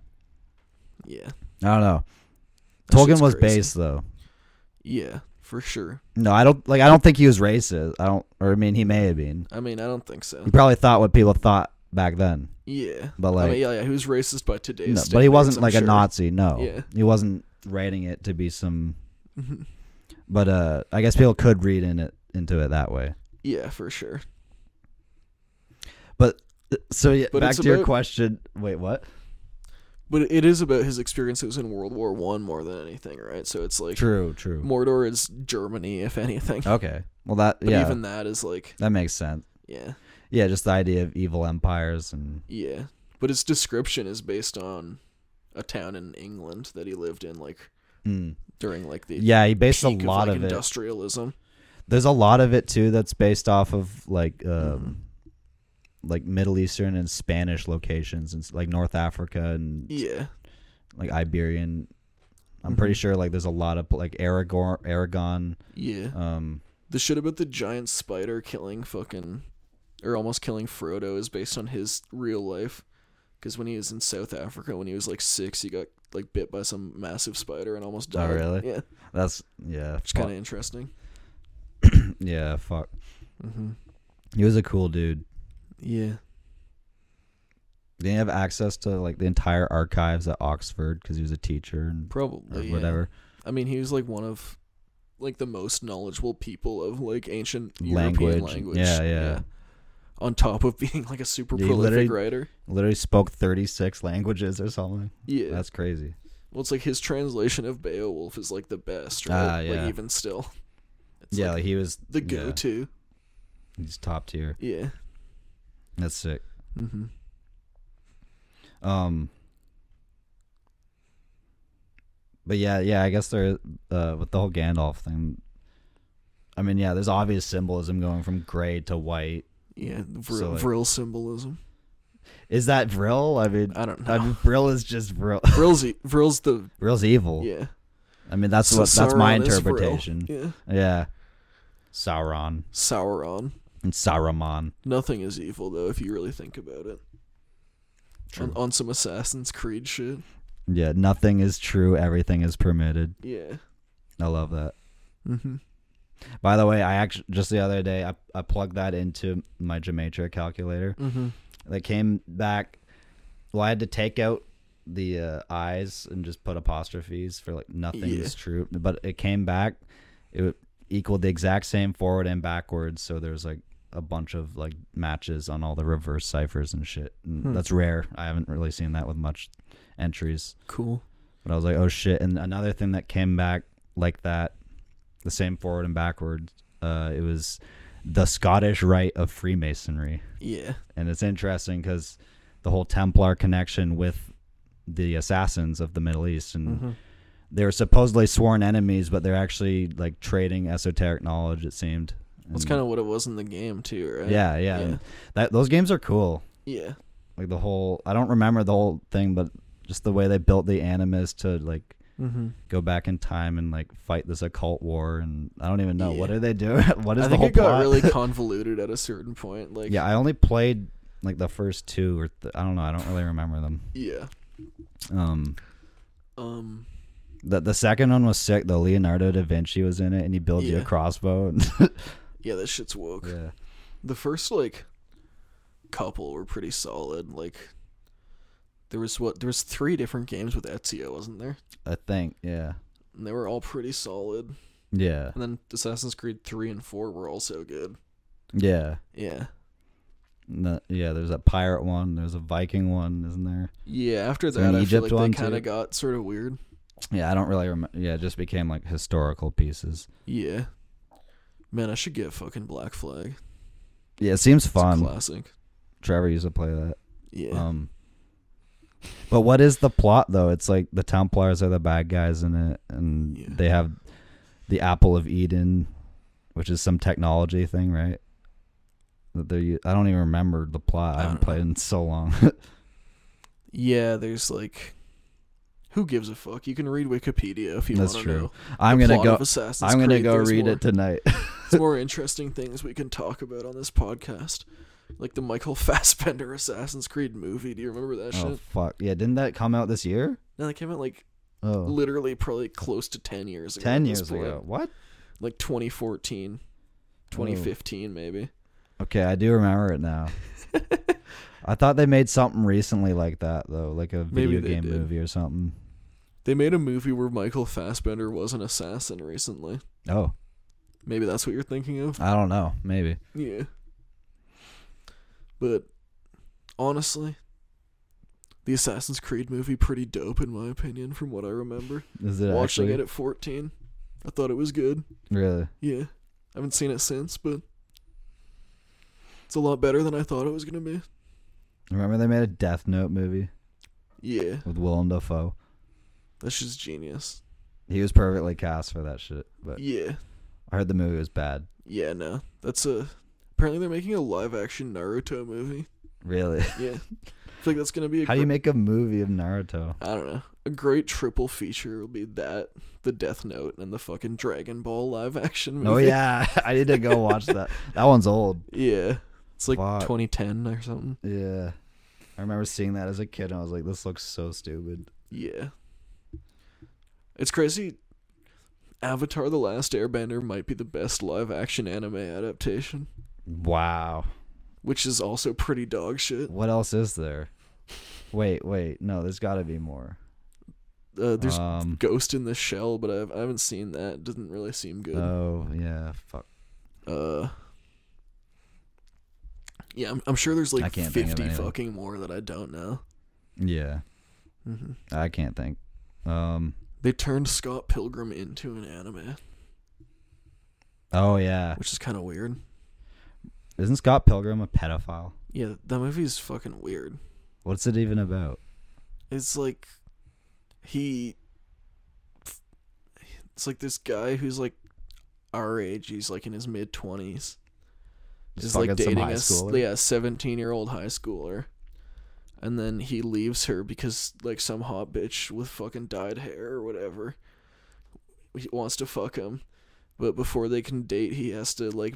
S2: yeah.
S1: I don't know.
S2: That
S1: Tolkien
S2: shit's
S1: was
S2: crazy.
S1: based though.
S2: Yeah, for sure.
S1: No, I don't like. I don't think he was racist. I don't, or I mean, he may have been.
S2: I mean, I don't think so.
S1: He probably thought what people thought back then,
S2: Yeah.
S1: but like,
S2: I mean, yeah, yeah. He was racist by today's
S1: no, but he
S2: standards,
S1: wasn't
S2: I'm
S1: like a
S2: sure.
S1: Nazi. No,
S2: Yeah.
S1: he wasn't writing it to be some.
S2: Mhm.
S1: But uh, I guess people could read in it into it that way.
S2: Yeah, for sure.
S1: So yeah,
S2: But
S1: back
S2: it's
S1: to your
S2: about-
S1: question. Wait, what?
S2: But it is about his experiences in World War One more than anything, right? So it's like
S1: True, true.
S2: Mordor is Germany, if anything.
S1: Okay, well that
S2: But
S1: yeah,
S2: even that is like,
S1: that makes sense.
S2: yeah,
S1: Yeah, just the idea of evil empires and
S2: yeah. But its description is based on a town in England that he lived in, like
S1: mm.
S2: during like the
S1: yeah, he based a
S2: peak
S1: lot
S2: like,
S1: of it.
S2: industrialism.
S1: There's a lot of it too that's based off of like
S2: Mm-hmm.
S1: um like Middle Eastern and Spanish locations and s- like North Africa and
S2: Yeah,
S1: like Iberian. I'm pretty
S2: Mm-hmm.
S1: sure like there's a lot of like Aragorn, Aragon.
S2: yeah.
S1: Um,
S2: The shit about the giant spider killing fucking, or almost killing Frodo is based on his real life. Because when he was in South Africa, when he was like six, he got like bit by some massive spider and almost
S1: Oh,
S2: died.
S1: really?
S2: Yeah,
S1: that's yeah,
S2: which
S1: fuck-
S2: kind of interesting.
S1: yeah, fuck.
S2: Mm-hmm.
S1: He was a cool dude.
S2: Yeah.
S1: Did he have access to like the entire archives at Oxford because he was a teacher and or
S2: Probably. Oh, yeah.
S1: whatever
S2: I mean, he was like one of like the most knowledgeable people of like ancient
S1: language?
S2: European language.
S1: Yeah, yeah,
S2: On top of being like a super
S1: He
S2: prolific
S1: literally-
S2: writer.
S1: Literally spoke 36 languages or something.
S2: Yeah.
S1: That's crazy.
S2: well, it's like his translation of Beowulf is like the best,
S1: Ah,
S2: right?
S1: yeah.
S2: Like even still. It's
S1: yeah,
S2: like,
S1: like, he was
S2: the
S1: yeah,
S2: go-to.
S1: he's top tier.
S2: Yeah.
S1: That's sick.
S2: Mm-hmm.
S1: Um, but yeah, yeah, I guess there uh, with the whole Gandalf thing. I mean, yeah, there's obvious symbolism going from gray to white.
S2: Yeah, vril,
S1: So, like-
S2: vril symbolism.
S1: Is that Vril? I mean,
S2: I don't
S1: I
S2: know.
S1: mean, Vril is just Vril.
S2: Vril's e- Vril's the
S1: Vril's evil.
S2: yeah.
S1: I mean, that's
S2: So
S1: what that's my
S2: Sauron is Vril.
S1: interpretation.
S2: Yeah,
S1: Yeah, Sauron
S2: Sauron.
S1: and Saruman.
S2: Nothing is evil though, if you really think about it. On, on some Assassin's Creed shit.
S1: Yeah, nothing is true. Everything is permitted.
S2: Yeah.
S1: I love that.
S2: Mm-hmm.
S1: By the way, I actually just the other day I, I plugged that into my Gematria calculator.
S2: Mm-hmm.
S1: That came back. Well, I had to take out the uh, eyes and just put apostrophes for like nothing
S2: Yeah.
S1: is true, but it came back. It would- equaled the exact same forward and backwards. So there's like a bunch of like matches on all the reverse ciphers and shit. And
S2: Hmm.
S1: That's rare. I haven't really seen that with much entries.
S2: Cool.
S1: But I was like, oh shit. And another thing that came back like that, the same forward and backwards, uh, it was the Scottish Rite of Freemasonry.
S2: Yeah.
S1: And it's interesting because the whole Templar connection with the assassins of the Middle East. And
S2: Mm-hmm.
S1: they were supposedly sworn enemies, but they're actually like trading esoteric knowledge, it seemed.
S2: That's
S1: And-
S2: kind of what it was in the game too, right?
S1: Yeah, yeah.
S2: Yeah.
S1: and That, those games are cool.
S2: Yeah.
S1: Like the whole, I don't remember the whole thing, but just the way they built the animus to like
S2: Mm-hmm.
S1: go back in time and like fight this occult war and I don't even know what
S2: Yeah.
S1: are they doing. what is
S2: I
S1: the
S2: think
S1: whole
S2: it got
S1: plot?
S2: really convoluted at a certain point. Like
S1: yeah, I only played like the first two or th- I don't know. I don't really remember them.
S2: Yeah.
S1: Um,
S2: Um.
S1: the the second one was sick though. Leonardo da Vinci was in it and he builds you a
S2: Yeah.
S1: crossbow. And
S2: Yeah, that shit's woke.
S1: yeah,
S2: The first like couple were pretty solid. Like there was what there was three different games with Ezio, wasn't there?
S1: I think yeah,
S2: And they were all pretty solid.
S1: yeah,
S2: And then Assassin's Creed three and four were also good.
S1: yeah.
S2: Yeah.
S1: No, yeah, there's a pirate one. There's a Viking one, isn't there?
S2: Yeah. After
S1: There an
S2: that, I
S1: Egypt
S2: feel like
S1: one,
S2: they kind
S1: too?
S2: of got sort of weird.
S1: Yeah, I don't really remember. Yeah, it just became like historical pieces.
S2: Yeah. Man, I should get fucking Black Flag. It's
S1: Yeah, it seems
S2: a
S1: fun.
S2: classic.
S1: Trevor used to play that.
S2: Yeah.
S1: Um, but what is the plot though? It's like the Templars are the bad guys in it, and
S2: Yeah.
S1: they have the Apple of Eden, which is some technology thing, right? That they are I don't even remember the plot. I,
S2: I
S1: haven't
S2: don't know.
S1: played in so long.
S2: yeah, there's like who gives a fuck? You can read Wikipedia if you want
S1: That's
S2: to
S1: true.
S2: know.
S1: I'm
S2: the
S1: gonna
S2: plot
S1: go.
S2: of Assassin's
S1: I'm gonna
S2: Creed.
S1: go
S2: There's
S1: read
S2: more,
S1: it tonight.
S2: there's more interesting things we can talk about on this podcast. Like the Michael Fassbender Assassin's Creed movie. Do you remember that
S1: oh
S2: shit?
S1: fuck! Yeah, didn't that come out this year?
S2: No, that came out like
S1: Oh,
S2: literally probably close to 10 years ago. at
S1: 10
S2: this
S1: years
S2: point.
S1: ago. What? Oh.
S2: Like 2014, 2015 maybe.
S1: Okay, I do remember it now. I thought they made something recently like that though, like a
S2: Maybe
S1: video
S2: they
S1: game
S2: did.
S1: movie or something.
S2: They made a movie where Michael Fassbender was an assassin recently.
S1: Oh,
S2: Maybe that's what you're thinking of.
S1: I don't know. Maybe.
S2: Yeah. But honestly, the Assassin's Creed movie pretty dope in my opinion from what I remember.
S1: Is it
S2: Watching
S1: actually
S2: it at 14, I thought it was good.
S1: really?
S2: Yeah. I haven't seen it since, but it's a lot better than I thought it was going to be.
S1: Remember they made a Death Note movie
S2: Yeah.
S1: with Willem Dafoe.
S2: That's just genius.
S1: He was perfectly cast for that shit, but
S2: Yeah.
S1: I heard the movie was bad.
S2: Yeah, no. That's a apparently they're making a live action Naruto movie.
S1: Really?
S2: Yeah. I feel like that's going to be a
S1: How do you
S2: gr-
S1: make a movie of Naruto?
S2: I don't know. A great triple feature will be that, the Death Note, and the fucking Dragon Ball live action movie.
S1: Oh yeah, I need to go watch that. That one's old.
S2: Yeah. It's like
S1: Fuck.
S2: 2010 or something.
S1: Yeah. I remember seeing that as a kid and I was like, this looks so stupid.
S2: Yeah. It's crazy. Avatar The Last Airbender might be the best live action anime adaptation,
S1: Wow.
S2: which is also pretty dog shit.
S1: What else is there? Wait, wait. No, there's got to be more.
S2: Uh, there's
S1: um,
S2: Ghost in the Shell, but I've, I haven't seen that. It doesn't really seem good.
S1: Oh, yeah. Fuck.
S2: Uh, yeah, I'm, I'm sure there's
S1: I
S2: like
S1: can't think of
S2: 50
S1: anything.
S2: fucking more that I don't know.
S1: Yeah.
S2: hmm
S1: I can't think. Um.
S2: They turned Scott Pilgrim into an anime,
S1: Oh, yeah.
S2: which is kind of weird.
S1: Isn't Scott Pilgrim a pedophile?
S2: Yeah, that movie is fucking weird.
S1: What's it even about?
S2: It's like he. It's like this guy who's like our age. He's like in his mid 20s.
S1: Just
S2: Is like
S1: fucking some
S2: dating
S1: high
S2: a s-
S1: schooler?
S2: yeah, 17 year old high schooler. And then he leaves her because like some hot bitch with fucking dyed hair or whatever he wants to fuck him. But before they can date, he has to like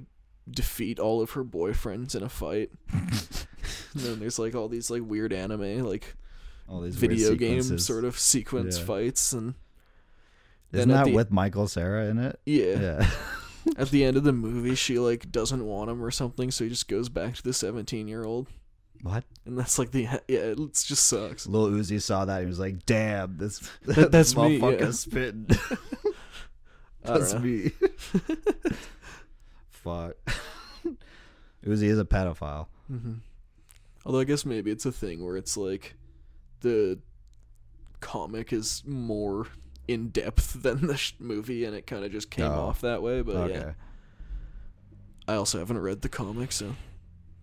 S2: defeat all of her boyfriends in a fight. and then there's like all these like weird anime like
S1: All these
S2: video game sort of sequence
S1: Yeah.
S2: fights and then
S1: Isn't
S2: at
S1: that
S2: the-
S1: with Michael Sarah in it?
S2: yeah.
S1: Yeah.
S2: At the end of the movie, she like doesn't want him or something, so he just goes back to the 17 year old.
S1: what?
S2: And that's like the yeah, it just sucks.
S1: Lil Uzi saw that and he was like, "Damn, this
S2: That- that's
S1: this
S2: me,
S1: motherfucker's
S2: yeah.
S1: spitting.
S2: I don't
S1: that's
S2: know.
S1: me." Fuck. Uzi is a pedophile.
S2: Mhm. Although I guess maybe it's a thing where it's like the comic is more in depth than the sh- movie, and it kind of just came
S1: Oh.
S2: off that way. But
S1: okay,
S2: yeah, I also haven't read the comic, so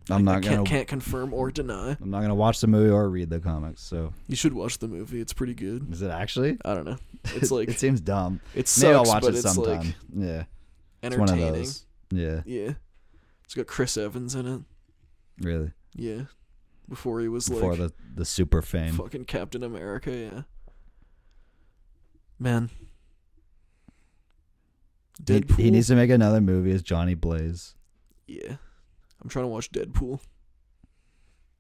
S1: I'm
S2: I
S1: not
S2: can't,
S1: gonna.
S2: can't confirm or deny.
S1: I'm not gonna watch the movie or read the comics. So
S2: You should watch the movie; it's pretty good.
S1: is it actually?
S2: I don't know. It's like
S1: it seems dumb.
S2: it sucks,
S1: Maybe I'll watch
S2: but
S1: it
S2: it's
S1: sometime.
S2: like
S1: yeah, it's one of
S2: entertaining.
S1: those. Yeah,
S2: Yeah, it's got Chris Evans in it.
S1: really.
S2: Yeah, before he was
S1: Before
S2: like
S1: the the super fame.
S2: Fucking Captain America, yeah. Man.
S1: He,
S2: Deadpool.
S1: he needs to make another movie as Johnny Blaze.
S2: yeah. I'm trying to watch Deadpool.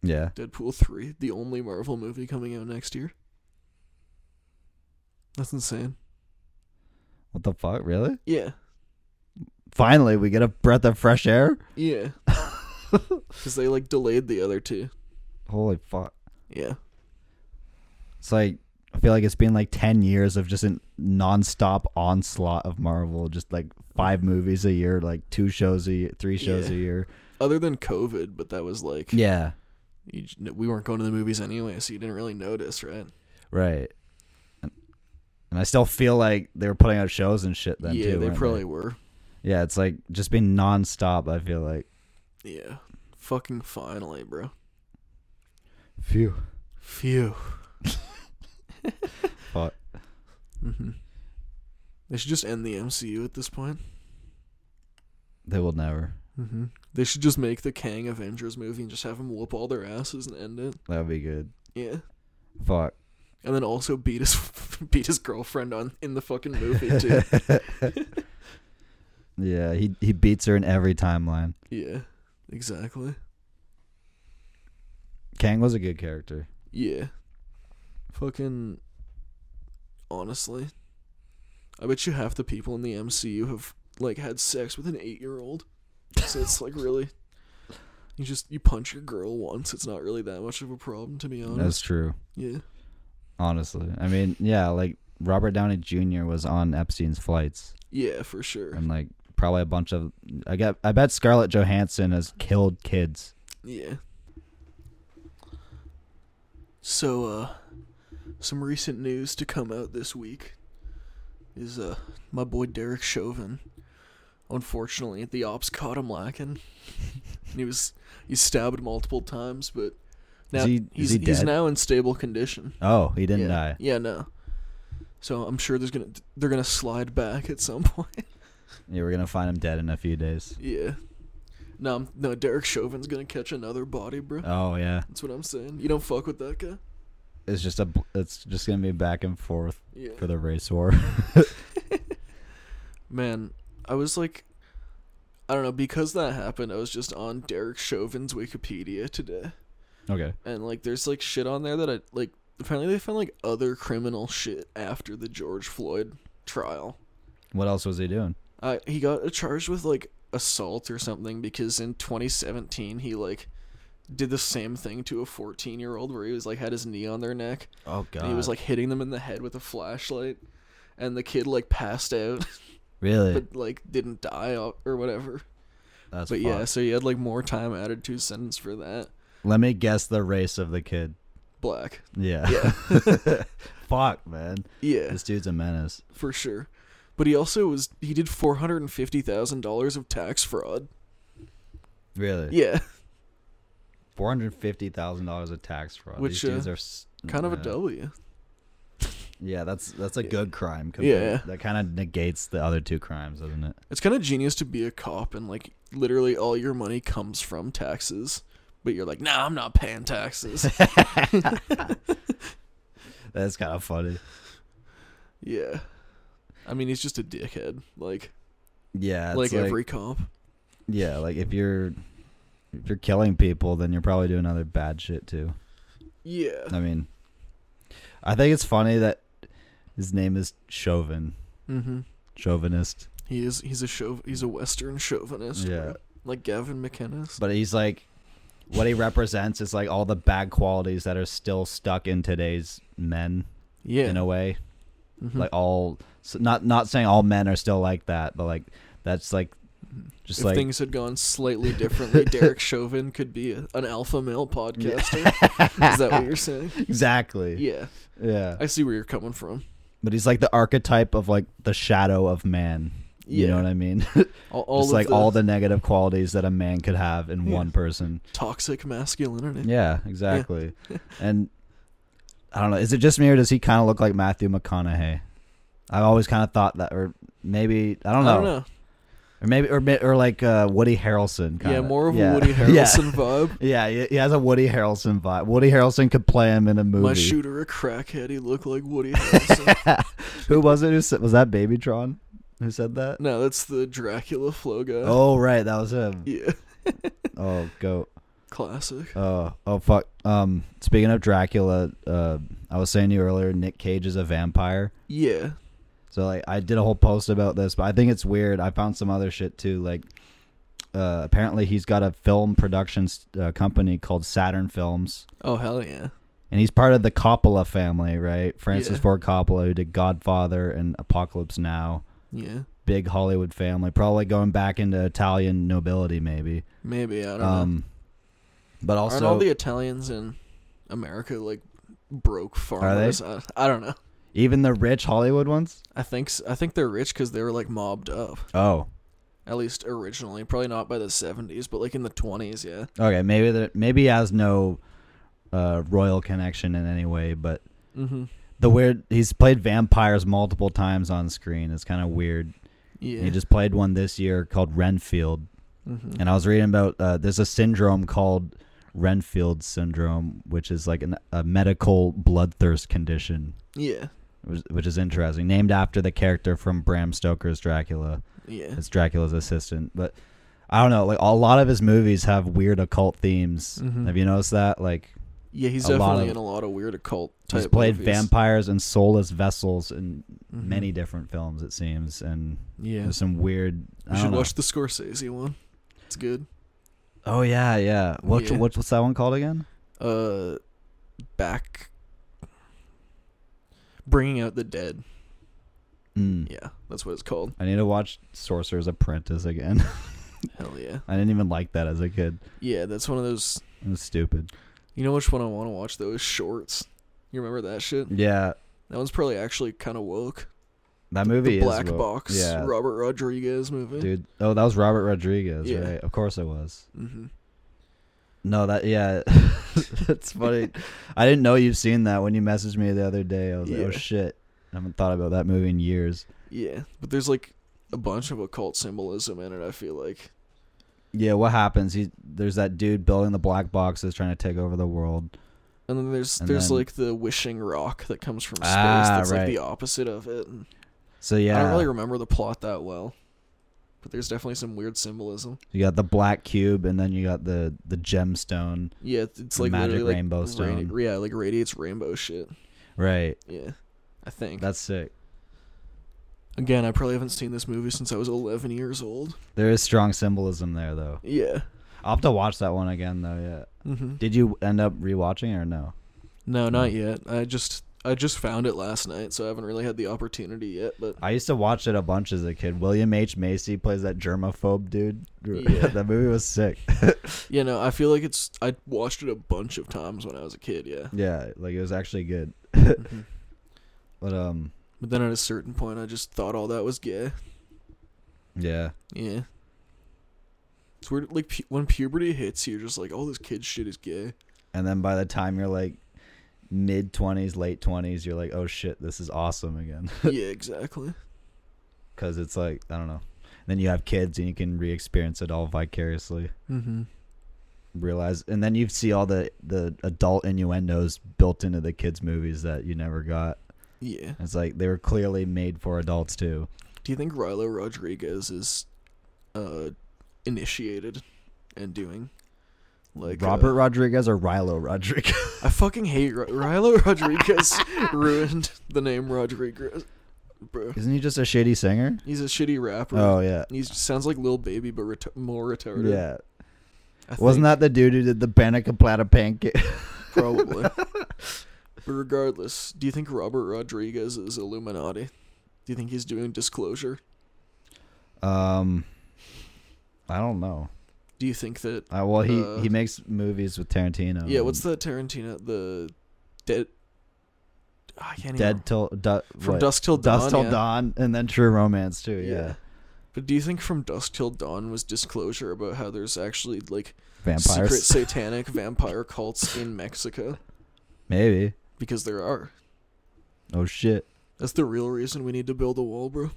S1: Yeah.
S2: Deadpool 3, the only Marvel movie coming out next year. That's insane.
S1: What the fuck? Really?
S2: Yeah.
S1: Finally, we get a breath of fresh air.
S2: Yeah. Cuz they like delayed the other two.
S1: Holy fuck.
S2: Yeah.
S1: It's like I feel like it's been like ten years of just a nonstop onslaught of Marvel, just like five movies a year, like two shows a year, three shows a
S2: Yeah.
S1: year.
S2: Other than COVID, but that was like
S1: Yeah,
S2: you j- we weren't going to the movies anyway, so you didn't really notice, right?
S1: right. And, and I still feel like they were putting out shows and shit then
S2: yeah,
S1: too.
S2: they
S1: weren't
S2: probably were.
S1: Yeah, it's like just been nonstop. I feel like
S2: Yeah. Fucking finally, bro.
S1: phew.
S2: Phew.
S1: Fuck.
S2: hmm They should just end the MCU at this point.
S1: They will never.
S2: Mm-hmm. They should just make the Kang Avengers movie and just have him whoop all their asses and end it.
S1: That would be good.
S2: Yeah,
S1: Fuck.
S2: and then also beat his beat his girlfriend on in the fucking movie too.
S1: yeah, he he beats her in every timeline.
S2: yeah, exactly.
S1: Kang was a good character.
S2: Yeah, fucking honestly. I bet you half the people in the MCU have like had sex with an eight year old. So it's like really you just you punch your girl once, it's not really that much of a problem to be honest.
S1: That's true.
S2: yeah.
S1: Honestly, I mean, yeah, like Robert Downey Jr. was on Epstein's flights,
S2: Yeah, for sure.
S1: and like probably a bunch of I got I bet Scarlett Johansson has killed kids.
S2: Yeah. So uh some recent news to come out this week is uh my boy Derek Chauvin. Unfortunately, the ops caught him lacking. and he was he stabbed multiple times, but now
S1: he- is
S2: he's
S1: he
S2: he's
S1: dead?
S2: now in stable condition.
S1: Oh, he didn't
S2: yeah.
S1: die.
S2: Yeah, no. So I'm sure there's gonna they're gonna slide back at some point.
S1: Yeah, we're gonna find him dead in a few days.
S2: yeah. No, I'm- no. Derek Chauvin's gonna catch another body, bro.
S1: Oh yeah,
S2: That's what I'm saying. You don't fuck with that guy.
S1: it's just a bl- it's just gonna be back and forth
S2: Yeah.
S1: for the race war.
S2: Man, I was like, I don't know, because that happened, I was just on Derek Chauvin's Wikipedia today.
S1: okay.
S2: And like, there's like shit on there that I, like, apparently they found like other criminal shit after the George Floyd trial.
S1: What else was he doing?
S2: Uh, he got charged with like assault or something because in 2017 he like did the same thing to a 14 year old where he was like had his knee on their neck
S1: Oh god.
S2: and he was like hitting them in the head with a flashlight and the kid like passed out
S1: really.
S2: but like didn't die or or whatever
S1: That's fucked.
S2: but yeah so he had like more time added to his sentence for that
S1: Let me guess the race of the kid.
S2: black
S1: Yeah.
S2: Yeah.
S1: Fuck, man.
S2: yeah
S1: This dude's a menace.
S2: for sure but he also was he did $450000 of tax fraud
S1: Really.
S2: yeah
S1: Four hundred fifty thousand dollars of tax fraud.
S2: Which,
S1: These dudes
S2: uh,
S1: are s-
S2: kind of a
S1: yeah.
S2: w
S1: Yeah, that's that's a
S2: Yeah.
S1: good crime.
S2: Yeah.
S1: That kind of negates the other two crimes, doesn't it?
S2: it's kind of genius to be a cop and like literally all your money comes from taxes but you're like nah i'm not paying taxes
S1: That's kind of funny.
S2: yeah i mean he's just a dickhead like
S1: Yeah. it's
S2: like every cop
S1: Yeah, like if you're if you're killing people, then you're probably doing other bad shit too.
S2: yeah
S1: I mean, I think it's funny that his name is Chauvin,
S2: mm-hmm
S1: chauvinist.
S2: He is. He's a chauv- He's a Western chauvinist.
S1: Yeah.
S2: right? Like Gavin McInnes.
S1: But he's like, what he represents is like all the bad qualities that are still stuck in today's men
S2: Yeah.
S1: in a way.
S2: Mhm.
S1: Like all, so not not saying all men are still like that, but like that's like just
S2: if
S1: like
S2: things had gone slightly differently, Derek Chauvin could be a, an alpha male podcaster. is that what you're saying?
S1: exactly
S2: Yeah.
S1: yeah.
S2: I see where you're coming from.
S1: But he's like the archetype of like the shadow of man. You
S2: Yeah.
S1: know what I mean?
S2: All, all
S1: just
S2: of
S1: like
S2: the
S1: all the negative qualities that a man could have in
S2: Yeah.
S1: one person.
S2: toxic masculinity.
S1: Yeah, exactly. and I don't know. Is it just me or does he kind of look like Matthew McConaughey? I've always kind of thought that, or maybe I don't know,
S2: I don't know.
S1: or maybe or ma- or like uh, Woody Harrelson. Kinda.
S2: Yeah, more of
S1: Yeah.
S2: a Woody Harrelson vibe.
S1: Yeah. yeah, he- he has a Woody Harrelson vibe. Woody Harrelson could play him in a
S2: My
S1: movie.
S2: shooter a crackhead. He looked like Woody Harrelson.
S1: Who was it? Who said, was that Babytron? Who said that?
S2: no, that's the Dracula flow guy.
S1: Oh right, that was him.
S2: Yeah.
S1: Oh goat.
S2: Classic.
S1: Oh oh fuck. Um, speaking of Dracula, uh, I was saying to you earlier, Nick Cage is a vampire.
S2: Yeah.
S1: So like I did a whole post about this, but I think it's weird. I found some other shit too. Like uh, apparently he's got a film production uh, company called Saturn Films,
S2: Oh hell yeah.
S1: and he's part of the Coppola family, right? Francis
S2: Yeah.
S1: Ford Coppola, who did Godfather and Apocalypse Now,
S2: Yeah.
S1: big Hollywood family, probably going back into Italian nobility, maybe.
S2: Maybe I don't know.
S1: Um, but also
S2: Uh-huh. Aren't all the Italians in America like broke farmers? I, I don't know.
S1: even the rich Hollywood ones.
S2: I think s- I think they're rich because they were like mobbed up,
S1: Oh,
S2: at least originally. Probably not by the seventies, but like in the twenties. Yeah.
S1: okay. Maybe that maybe he has no uh, royal connection in any way, but
S2: Mm-hmm.
S1: the weird he's played vampires multiple times on screen it's kind of weird
S2: Yeah.
S1: he just played one this year called renfield
S2: mm-hmm.
S1: and i was reading about uh, there's a syndrome called renfield syndrome which is like an, a medical bloodthirst condition
S2: Yeah.
S1: which, which is interesting named after the character from bram stoker's dracula
S2: Yeah.
S1: it's dracula's assistant but i don't know like a lot of his movies have weird occult themes
S2: Mhm.
S1: have you noticed that like
S2: Yeah, he's
S1: A lot
S2: definitely
S1: of-
S2: in a lot of weird occult type.
S1: He's played
S2: movies.
S1: vampires and soulless vessels in
S2: Mhm.
S1: many different films, it seems, and
S2: Yeah,
S1: there's some weird. I
S2: we
S1: don't
S2: should
S1: know.
S2: watch the Scorsese one. It's good.
S1: Oh yeah, yeah. What,
S2: Yeah.
S1: what's that one called again?
S2: Uh, back. Bringing out the dead.
S1: Mm.
S2: Yeah, that's what it's called.
S1: I need to watch Sorcerer's Apprentice again.
S2: Hell yeah.
S1: I didn't even like that as a kid.
S2: Yeah, that's one of those.
S1: It was stupid.
S2: You know which one I want to watch though is Shorts. You remember that shit?
S1: Yeah,
S2: That one's probably actually kind of woke.
S1: that movie
S2: the Black
S1: is wo-
S2: Box,
S1: Yeah,
S2: Robert Rodriguez movie.
S1: dude. Oh, that was Robert Rodriguez,
S2: Yeah.
S1: right? Of course it was.
S2: hmm
S1: No, that yeah, it's funny. I didn't know you've seen that when you messaged me the other day. I was like,
S2: Yeah.
S1: oh shit, I haven't thought about that movie in years.
S2: Yeah, but there's like a bunch of occult symbolism in it. I feel like.
S1: Yeah, what happens? He there's that dude building the black boxes trying to take over the world.
S2: And then there's
S1: And
S2: there's
S1: then-
S2: like the wishing rock that comes from space.
S1: Ah,
S2: that's like
S1: right.
S2: the opposite of it. And
S1: So
S2: I
S1: yeah,
S2: don't really remember the plot that well, but there's definitely some weird symbolism.
S1: you got the black cube, and then you got the the gemstone,
S2: Yeah, it's, it's
S1: The
S2: like
S1: magic
S2: literally, like,
S1: rainbow
S2: radi-
S1: stone.
S2: yeah, like radiates rainbow shit.
S1: right?
S2: Yeah, I think.
S1: That's sick.
S2: Again, I probably haven't seen this movie since I was 11 years old.
S1: There is strong symbolism there, though.
S2: Yeah.
S1: I'll have to watch that one again, though. Yeah.
S2: hmm
S1: Did you end up rewatching it or no?
S2: No, not yet. I just I just found it last night, so I haven't really had the opportunity yet. But
S1: I used to watch it a bunch as a kid. William H. Macy plays that germaphobe dude.
S2: Yeah.
S1: that movie was sick.
S2: you know, I feel like it's I watched it a bunch of times when I was a kid. Yeah.
S1: yeah, like it was actually good.
S2: Mhm.
S1: But um
S2: But then at a certain point, I just thought all that was gay.
S1: yeah.
S2: Yeah. It's weird. Like pu- when puberty hits, you're just like, "All this kid shit is gay."
S1: And then by the time you're like mid 20s, late 20s, you're like, "Oh shit, this is awesome again."
S2: yeah, exactly.
S1: Cuz it's like, I don't know. Then you have kids and you can re-experience it all vicariously.
S2: Mm-hmm.
S1: Realize and then you see all the the adult innuendos built into the kids movies that you never got.
S2: Yeah.
S1: It's like they were clearly made for adults too.
S2: Do you think Rilo Rodriguez is, uh, initiated, and doing, like uh,
S1: Robert Rodriguez or Rilo Rodriguez?
S2: I fucking hate R- Rilo Rodriguez. ruined the name Rodriguez, bro.
S1: Isn't he just a shitty singer?
S2: He's a shitty rapper.
S1: Oh yeah,
S2: He sounds like Lil Baby, but reta- more retarded.
S1: yeah.
S2: I
S1: Wasn't that
S2: think.
S1: the dude who did the Banaka Plata Pancake?
S2: Probably. but regardless, do you think Robert Rodriguez is Illuminati? Do you think he's doing disclosure?
S1: um, I don't know.
S2: Do you think that
S1: Uh, well, he
S2: Uh,
S1: he makes movies with Tarantino.
S2: yeah? What's
S1: and
S2: that Tarantino the dead? I can't even.
S1: Dead till du-
S2: From
S1: what?
S2: Dusk Till Dawn.
S1: Dusk till
S2: yeah.
S1: dawn, and then True Romance too. Yeah,
S2: But do you think from Dusk Till Dawn was disclosure about how there's actually like
S1: vampires.
S2: secret satanic vampire cults in Mexico?
S1: Maybe.
S2: Because there are.
S1: Oh shit!
S2: That's the real reason we need to build a wall, bro.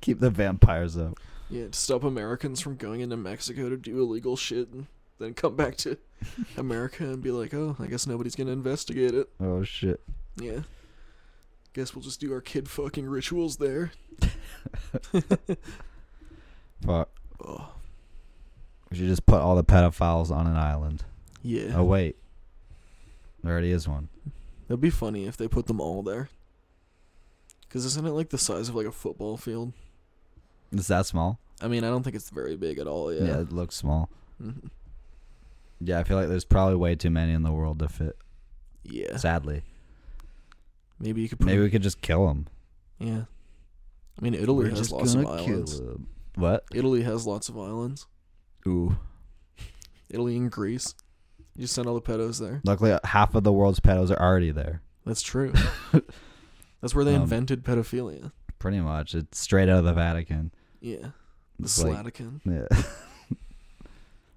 S1: Keep the vampires up.
S2: Yeah, to stop Americans from going into Mexico to do illegal shit and then come back to America and be like, oh, I guess nobody's gonna investigate it.
S1: Oh shit!
S2: Yeah. Guess we'll just do our kid fucking rituals there.
S1: Fuck.
S2: Oh,
S1: We should just put all the pedophiles on an island.
S2: yeah.
S1: Oh wait, there already is one.
S2: That'd be funny if they put them all there. Because isn't it like the size of like a football field?
S1: Is that small?
S2: I mean, I don't think it's very big at all. Yeah.
S1: yeah it looks small.
S2: Mhm.
S1: Yeah, I feel like there's probably way too many in the world to fit.
S2: yeah.
S1: Sadly,
S2: Maybe you could put
S1: maybe we could just kill them.
S2: Yeah. I mean, Italy has lots of islands.
S1: Uh, What?
S2: Italy has lots of islands.
S1: Ooh.
S2: Italy and Greece. You just send all the pedos there.
S1: Luckily, half of the world's pedos are already there.
S2: That's true. That's where they
S1: Um,
S2: invented pedophilia.
S1: Pretty much, it's straight out of the Vatican.
S2: Yeah. The
S1: It's like-
S2: Slatican.
S1: Yeah,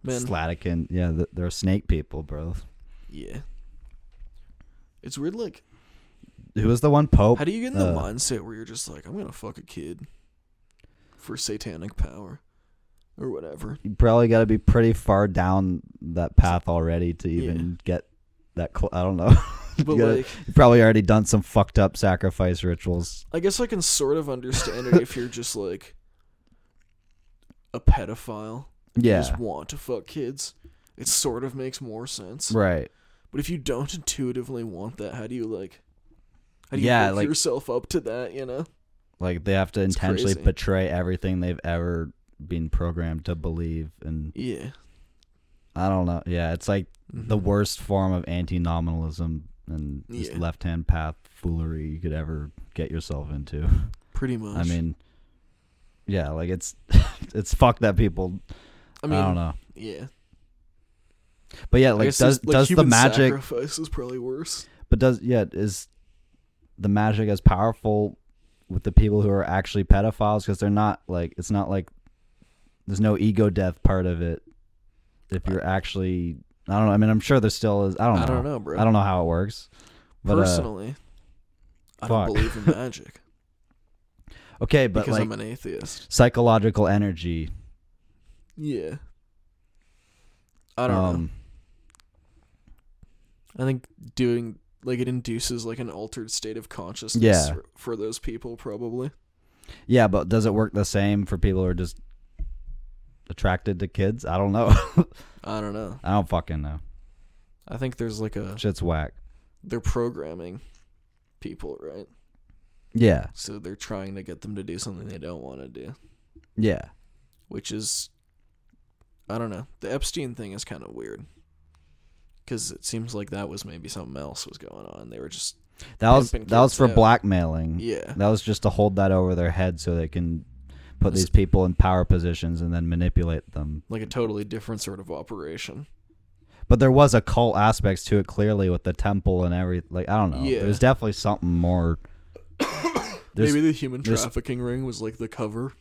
S2: Man.
S1: Slatican. Yeah, th- they're snake people, bro.
S2: yeah. It's weird, like,
S1: Who was the one Pope?
S2: how do you get in the
S1: uh,
S2: mindset where you're just like, I'm going to fuck a kid for satanic power or whatever?
S1: You probably got to be pretty far down that path already to even get that. Cl- I don't know.
S2: But,
S1: gotta-
S2: like,
S1: you probably already done some fucked up sacrifice rituals.
S2: I guess I can sort of understand it if you're just, like, a pedophile. You
S1: Yeah.
S2: just want to fuck kids. It sort of makes more sense.
S1: Right.
S2: But if you don't intuitively want that, how do you like? How do you
S1: Yeah,
S2: wake
S1: like-
S2: yourself up to that? You know.
S1: Like they have to
S2: It's
S1: intentionally
S2: crazy.
S1: betray everything they've ever been programmed to believe, and
S2: Yeah.
S1: I don't know. Yeah, it's like the
S2: Mhm.
S1: worst form of anti-nominalism and just
S2: Yeah.
S1: left-hand path foolery you could ever get yourself into.
S2: Pretty much.
S1: I mean, yeah, like it's it's fucked that people.
S2: I mean,
S1: I don't know.
S2: yeah.
S1: But yeah,
S2: I
S1: like
S2: guess
S1: does
S2: it's- like,
S1: does the
S2: human
S1: magic?
S2: sacrifice is probably worse?
S1: But does yeah is the magic as powerful with the people who are actually pedophiles because they're not like it's not like there's no ego death part of it. If you're actually, I don't know. I mean, I'm sure there still is. I don't know.
S2: I don't know, bro.
S1: I don't know how it works. But uh,
S2: Personally, I don't
S1: fuck.
S2: believe in magic
S1: okay, but
S2: because
S1: like
S2: I'm an atheist.
S1: psychological energy.
S2: Yeah. I don't know.
S1: um,
S2: I think doing like it induces like an altered state of consciousness
S1: Yeah.
S2: for, for those people probably.
S1: Yeah, but does it work the same for people who are just attracted to kids? I don't know.
S2: I don't know.
S1: I don't fucking know.
S2: I think there's like a
S1: Shit's whack.
S2: they're programming people, right?
S1: Yeah,
S2: So they're trying to get them to do something they don't want to do,
S1: yeah.
S2: which is I don't know. The Epstein thing is kind of weird. Cuz it seems like that was maybe something else was going on. They were just
S1: That was
S2: Pimping
S1: that was
S2: kids
S1: for
S2: out.
S1: blackmailing.
S2: yeah.
S1: That was just to hold that over their head so they can put
S2: That's-
S1: these people in power positions and then manipulate them.
S2: Like a totally different sort of operation.
S1: But there was occult aspects to it clearly with the temple and every like I don't know.
S2: Yeah.
S1: There's definitely something more. There's-
S2: maybe the human
S1: there's-
S2: trafficking ring was like the cover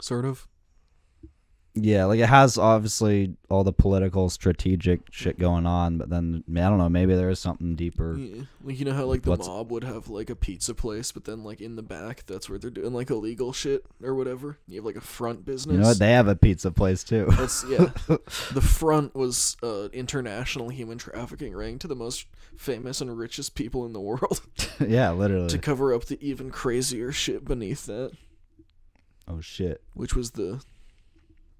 S2: sort of.
S1: Yeah, like it has obviously all the political strategic shit going on, but then I don't know, maybe there is something deeper.
S2: Yeah. Like you know how like the
S1: What's-
S2: mob would have like a pizza place, but then like in the back, that's where they're doing like illegal shit or whatever. You have like a front business.
S1: You know what? They have a pizza place too.
S2: that's yeah. the front was uh, international human trafficking ring to the most famous and richest people in the world
S1: yeah,
S2: to
S1: literally.
S2: cover up the even crazier shit beneath that,
S1: Oh shit.
S2: which was the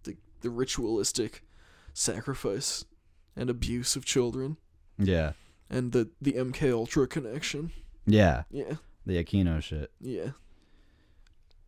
S2: the, the ritualistic sacrifice and abuse of children
S1: Yeah.
S2: and the the MK Ultra connection.
S1: Yeah.
S2: Yeah,
S1: The Aquino shit.
S2: yeah.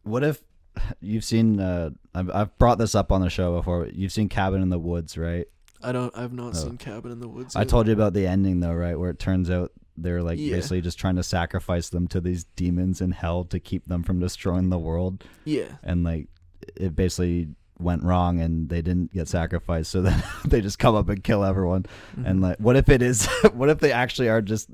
S1: What if you've seen uh I've, I've brought this up on the show before. but You've seen Cabin in the Woods, right?
S2: I don't. I've not
S1: Oh.
S2: seen Cabin in the Woods.
S1: I
S2: yet.
S1: told you about the ending though, right? Where it turns out they're like
S2: Yeah.
S1: basically just trying to sacrifice them to these demons in hell to keep them from destroying the world
S2: Yeah,
S1: and like it basically went wrong and they didn't get sacrificed so then they just come up and kill everyone
S2: Mm-hmm.
S1: and like what if it is what if they actually are just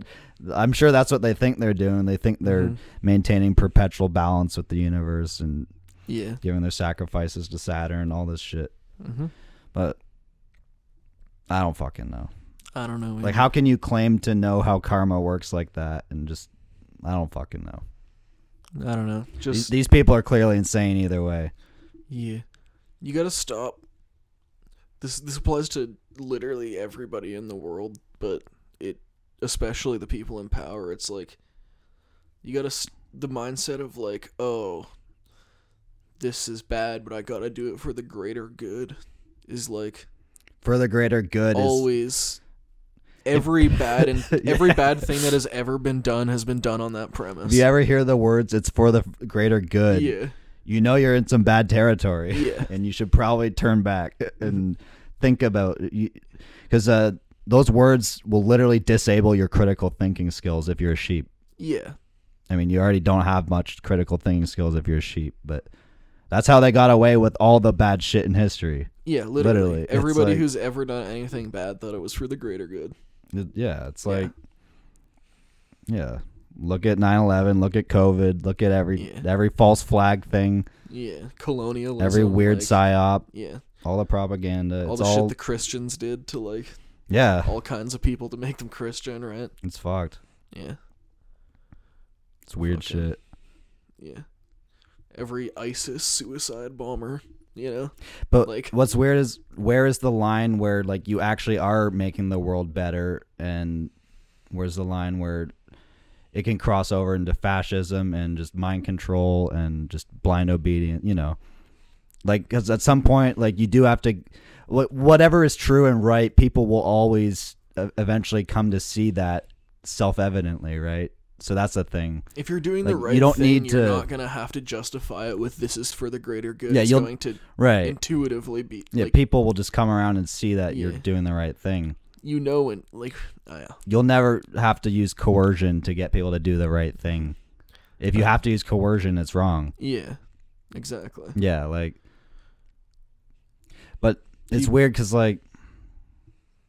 S1: i'm sure that's what they think they're doing they think they're
S2: Mhm.
S1: maintaining perpetual balance with the universe and
S2: yeah.
S1: giving their sacrifices to saturn all this shit
S2: Mm-hmm.
S1: but i don't fucking know
S2: I don't know.
S1: like
S2: Like
S1: how can you claim to know how karma works like that and just i don't fucking know
S2: I don't know.
S1: these,
S2: Just
S1: these people are clearly insane either way
S2: yeah. You gotta stop. This this applies to literally everybody in the world, but it especially the people in power. It's like you gotta s the mindset of like, oh, this is bad, but I gotta do it for the greater good. Is like
S1: for the greater good is
S2: always every bad and every
S1: Yeah.
S2: bad thing that has ever been done has been done on that premise.
S1: If you ever hear the words, it's for the greater good,
S2: yeah,
S1: you know you're in some bad territory
S2: yeah,
S1: and you should probably turn back and think about Because uh, those words will literally disable your critical thinking skills if you're a sheep.
S2: yeah.
S1: I mean, you already don't have much critical thinking skills if you're a sheep, but that's how they got away with all the bad shit in history.
S2: Yeah, literally.
S1: Literally, it's
S2: Everybody
S1: like-
S2: who's ever done anything bad thought it was for the greater good.
S1: It- Yeah, it's
S2: Yeah.
S1: like, yeah. Look at 9/11. Look at COVID. Look at every
S2: Yeah.
S1: every false flag thing.
S2: Yeah, colonialism.
S1: Every weird
S2: like,
S1: psyop.
S2: Yeah,
S1: all the propaganda.
S2: all
S1: it's
S2: the
S1: all
S2: shit the Christians did to like
S1: yeah,
S2: all kinds of people to make them Christian, right?
S1: it's fucked.
S2: Yeah,
S1: It's weird
S2: Fucking-
S1: shit.
S2: yeah. Every ISIS suicide bomber, you know.
S1: But
S2: like-
S1: what's weird is where is the line where like you actually are making the world better, and where's the line where it can cross over into fascism and just mind control and just blind obedience? You know, like because at some point, like you do have to, wh- whatever is true and right, people will always e- eventually come to see that self-evidently, right? So that's the thing.
S2: If you're doing the
S1: Like, you
S2: right
S1: don't
S2: thing,
S1: need
S2: you're
S1: to-
S2: not gonna have to justify it with "this is for the greater good."
S1: Yeah,
S2: it's
S1: you'll-
S2: going to
S1: Right.
S2: intuitively be
S1: yeah,
S2: like
S1: people will just come around and see that you're
S2: Yeah.
S1: doing the right thing.
S2: you know, and like oh, yeah.
S1: You'll never have to use coercion to get people to do the right thing. If you have to use coercion, it's wrong.
S2: Yeah, exactly.
S1: Yeah, like But it's
S2: Peop-
S1: weird cuz like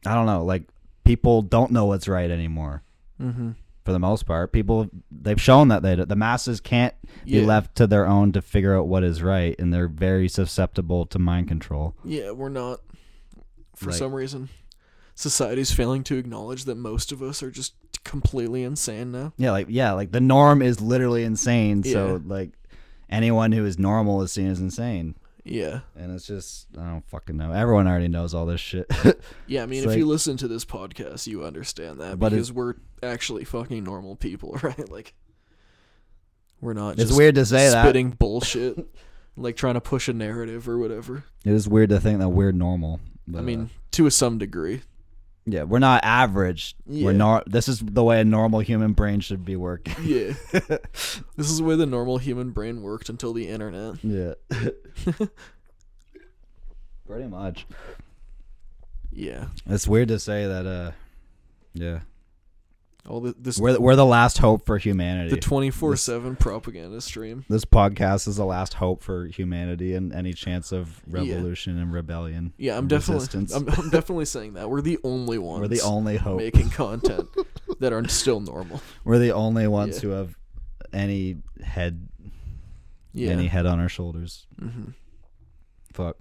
S1: I don't know, like people don't know what's right anymore
S2: Mm-hmm.
S1: for the most part. People they've shown that they the masses can't be
S2: Yeah,
S1: left to their own to figure out what is right and they're very susceptible to mind control.
S2: yeah, we're not. For
S1: Like-
S2: some reason, society's failing to acknowledge that most of us are just completely insane now.
S1: Yeah, like yeah, like the norm is literally insane.
S2: Yeah.
S1: So like anyone who is normal is seen as insane.
S2: Yeah,
S1: And it's just I don't fucking know. Everyone already knows all this shit.
S2: yeah. I mean,
S1: It's
S2: if you listen to this podcast, you understand that
S1: But it-
S2: because we're actually fucking normal people, right? Like, we're not.
S1: it's
S2: just
S1: weird to say that.
S2: spitting bullshit, like trying to push a narrative or whatever.
S1: It is weird to think that we're normal. But,
S2: I
S1: uh,
S2: mean, to a some degree.
S1: yeah, we're not average.
S2: Yeah.
S1: We're not. This is the way a normal human brain should be working.
S2: Yeah. this is the way the normal human brain worked until the internet.
S1: Yeah. Pretty much.
S2: Yeah.
S1: It's weird to say that. Uh, yeah,
S2: All the, this
S1: we're the- we're the last hope for humanity.
S2: the 24/7 propaganda stream.
S1: this podcast is the last hope for humanity and any chance of revolution and rebellion.
S2: Yeah, I'm
S1: and
S2: definitely
S1: resistance.
S2: I'm, I'm definitely saying that. We're the only ones
S1: we're the only hope.
S2: making content that are still normal.
S1: We're the only ones
S2: Yeah.
S1: who have any head,
S2: Yeah.
S1: any head on our shoulders.
S2: hmm
S1: Fuck.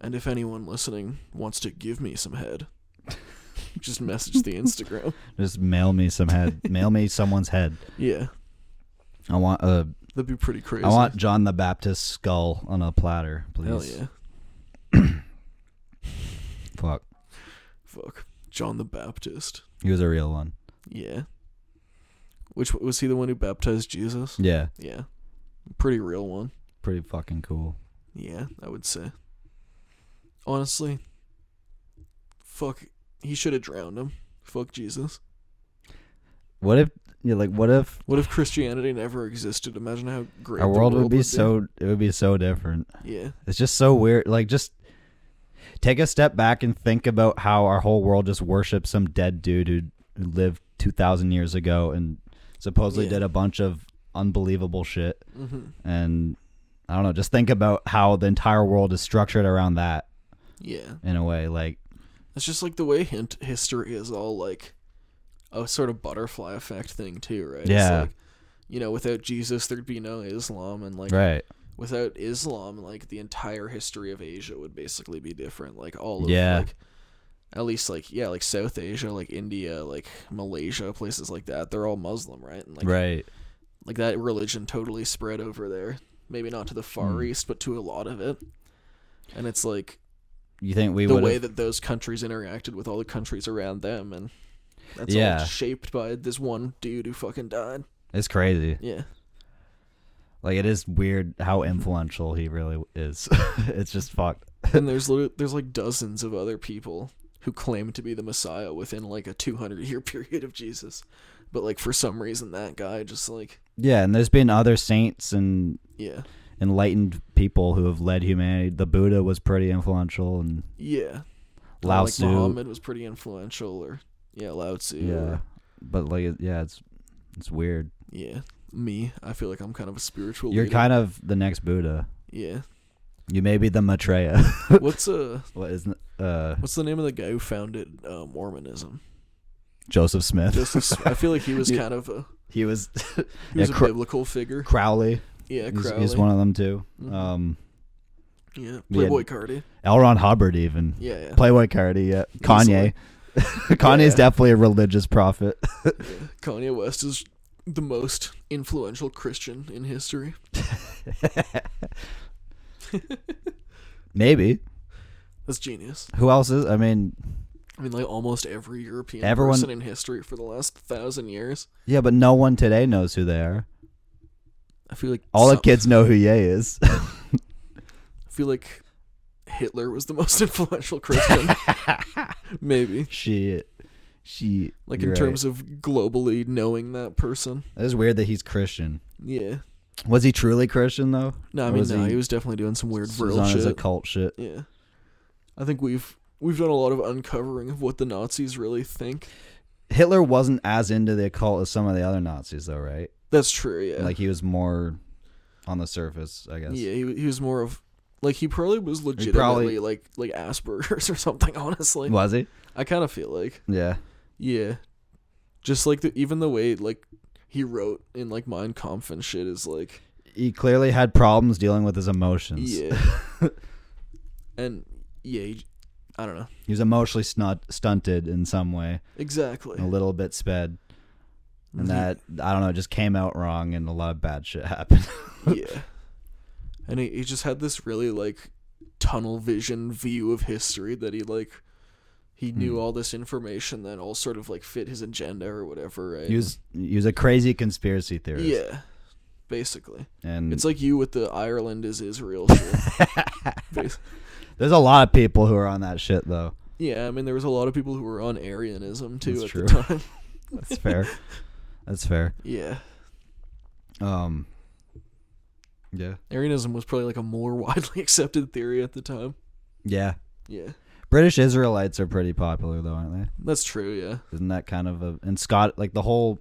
S2: And if anyone listening wants to give me some head, just message the Instagram.
S1: Just mail me some head. mail me someone's head.
S2: Yeah.
S1: I want uh,
S2: That'd be pretty crazy.
S1: I want John the Baptist's skull on a platter, please.
S2: Hell yeah.
S1: Fuck.
S2: Fuck. John the Baptist.
S1: He was a real one.
S2: Yeah. Which was he the one who baptized Jesus?
S1: Yeah.
S2: Yeah. Pretty real one.
S1: Pretty fucking cool.
S2: Yeah, I would say. Honestly, fuck. He should have drowned him. Fuck Jesus.
S1: What if yeah, like what if
S2: What if Christianity never existed? Imagine how great
S1: our
S2: the
S1: world would be so it would be so different.
S2: Yeah,
S1: It's just so weird. Like, just take a step back and think about how our whole world just worships some dead dude who who lived 2,000 years ago and supposedly
S2: Yeah.
S1: did a bunch of unbelievable shit.
S2: hmm
S1: And I don't know, just think about how the entire world is structured around that
S2: yeah.
S1: in a way. Like,
S2: That's just like the way hint history is all like a sort of butterfly effect thing too, right? It's
S1: Yeah.
S2: like, you know, without Jesus, there'd be no Islam, and like
S1: right.
S2: without Islam, like the entire history of Asia would basically be different. Like all of
S1: Yeah.
S2: like at least like yeah, like South Asia, like India, like Malaysia, places like that, they're all Muslim, right? And like
S1: right.
S2: like that religion totally spread over there. Maybe not to the far
S1: Hmm.
S2: east, but to a lot of it. And it's like
S1: You think we
S2: the
S1: would
S2: way
S1: have.
S2: that those countries interacted with all the countries around them and that's
S1: Yeah.
S2: all shaped by this one dude who fucking died.
S1: It's crazy.
S2: Yeah.
S1: Like, it is weird how influential he really is. it's just fucked.
S2: and there's lit- there's like dozens of other people who claim to be the Messiah within like a 200 year period of Jesus, but like for some reason that guy just like
S1: Yeah. And there's been other saints and
S2: yeah
S1: enlightened people who have led humanity. The Buddha was pretty influential, and
S2: yeah Or,
S1: Lao
S2: like
S1: Tzu.
S2: Muhammad was pretty influential or yeah Lao Tzu
S1: yeah,
S2: or-
S1: but like, it- yeah, it's it's weird.
S2: yeah me I feel like I'm kind of a spiritual
S1: You're
S2: leader.
S1: kind of the next Buddha.
S2: yeah
S1: You may be the Maitreya.
S2: what's uh
S1: what is uh,
S2: what's the name of the guy who founded uh, Mormonism
S1: Joseph Smith?
S2: Joseph Smith. I feel like he was
S1: You-
S2: kind of a
S1: He was
S2: he was
S1: Yeah,
S2: a
S1: Cro-
S2: biblical figure
S1: Crowley.
S2: yeah
S1: He's,
S2: Crowley
S1: he's one of them too.
S2: Mhm.
S1: Um,
S2: yeah
S1: we had-
S2: Playboy Cardi
S1: L. Ron Hubbard even.
S2: yeah yeah
S1: Playboy Cardi, yeah. uh, Kanye. Kanye's
S2: Yeah.
S1: definitely a religious prophet.
S2: Kanye West is the most influential Christian in history.
S1: Maybe.
S2: That's genius.
S1: Who else is? I mean,
S2: I mean, like almost every European
S1: Everyone-
S2: person in history for the last thousand years.
S1: yeah, but no one today knows who they are.
S2: I feel like
S1: All the
S2: some-
S1: kids know who Ye is.
S2: I feel like Hitler was the most influential Christian. Maybe
S1: Shit. She
S2: like
S1: you're
S2: in
S1: right.
S2: terms of globally knowing that person.
S1: It is weird that he's Christian.
S2: Yeah.
S1: Was he truly Christian though?
S2: No, I
S1: Or
S2: mean
S1: was
S2: no,
S1: he-
S2: he, was definitely doing some weird
S1: He was
S2: vril
S1: on
S2: shit.
S1: his occult shit.
S2: yeah. I think we've we've done a lot of uncovering of what the Nazis really think.
S1: Hitler wasn't as into the occult as some of the other Nazis though, right?
S2: That's true, yeah.
S1: Like he was more on the surface, I guess.
S2: Yeah, he, he was more of like he probably was legitimately
S1: probably-
S2: like like Asperger's or something. Honestly,
S1: Was he?
S2: I kind of feel like
S1: Yeah.
S2: yeah, just like the even the way like he wrote in like Mein Kampf and shit is like
S1: He clearly had problems dealing with his emotions.
S2: yeah, and yeah, he- I don't know
S1: He was emotionally snut- stunted in some way,
S2: exactly.
S1: a little bit sped, and that I don't know, it just came out wrong, and a lot of bad shit happened.
S2: yeah, and he, he just had this really like tunnel vision view of history that he like. He knew
S1: Hmm.
S2: all this information that all sort of like fit his agenda or whatever, right?
S1: he was he was a crazy conspiracy theorist.
S2: Yeah, basically.
S1: and
S2: It's like you with the Ireland is Israel. shit. Bas-
S1: there's a lot of people who are on that shit though.
S2: yeah, I mean, there was a lot of people who were on Arianism too
S1: That's
S2: at
S1: true.
S2: the time.
S1: That's fair. That's fair.
S2: Yeah,
S1: Um. Yeah.
S2: Arianism was probably like a more widely accepted theory at the time.
S1: Yeah.
S2: Yeah,
S1: British Israelites are pretty popular though, aren't they?
S2: that's true. Yeah,
S1: Isn't that kind of a and Scott like the whole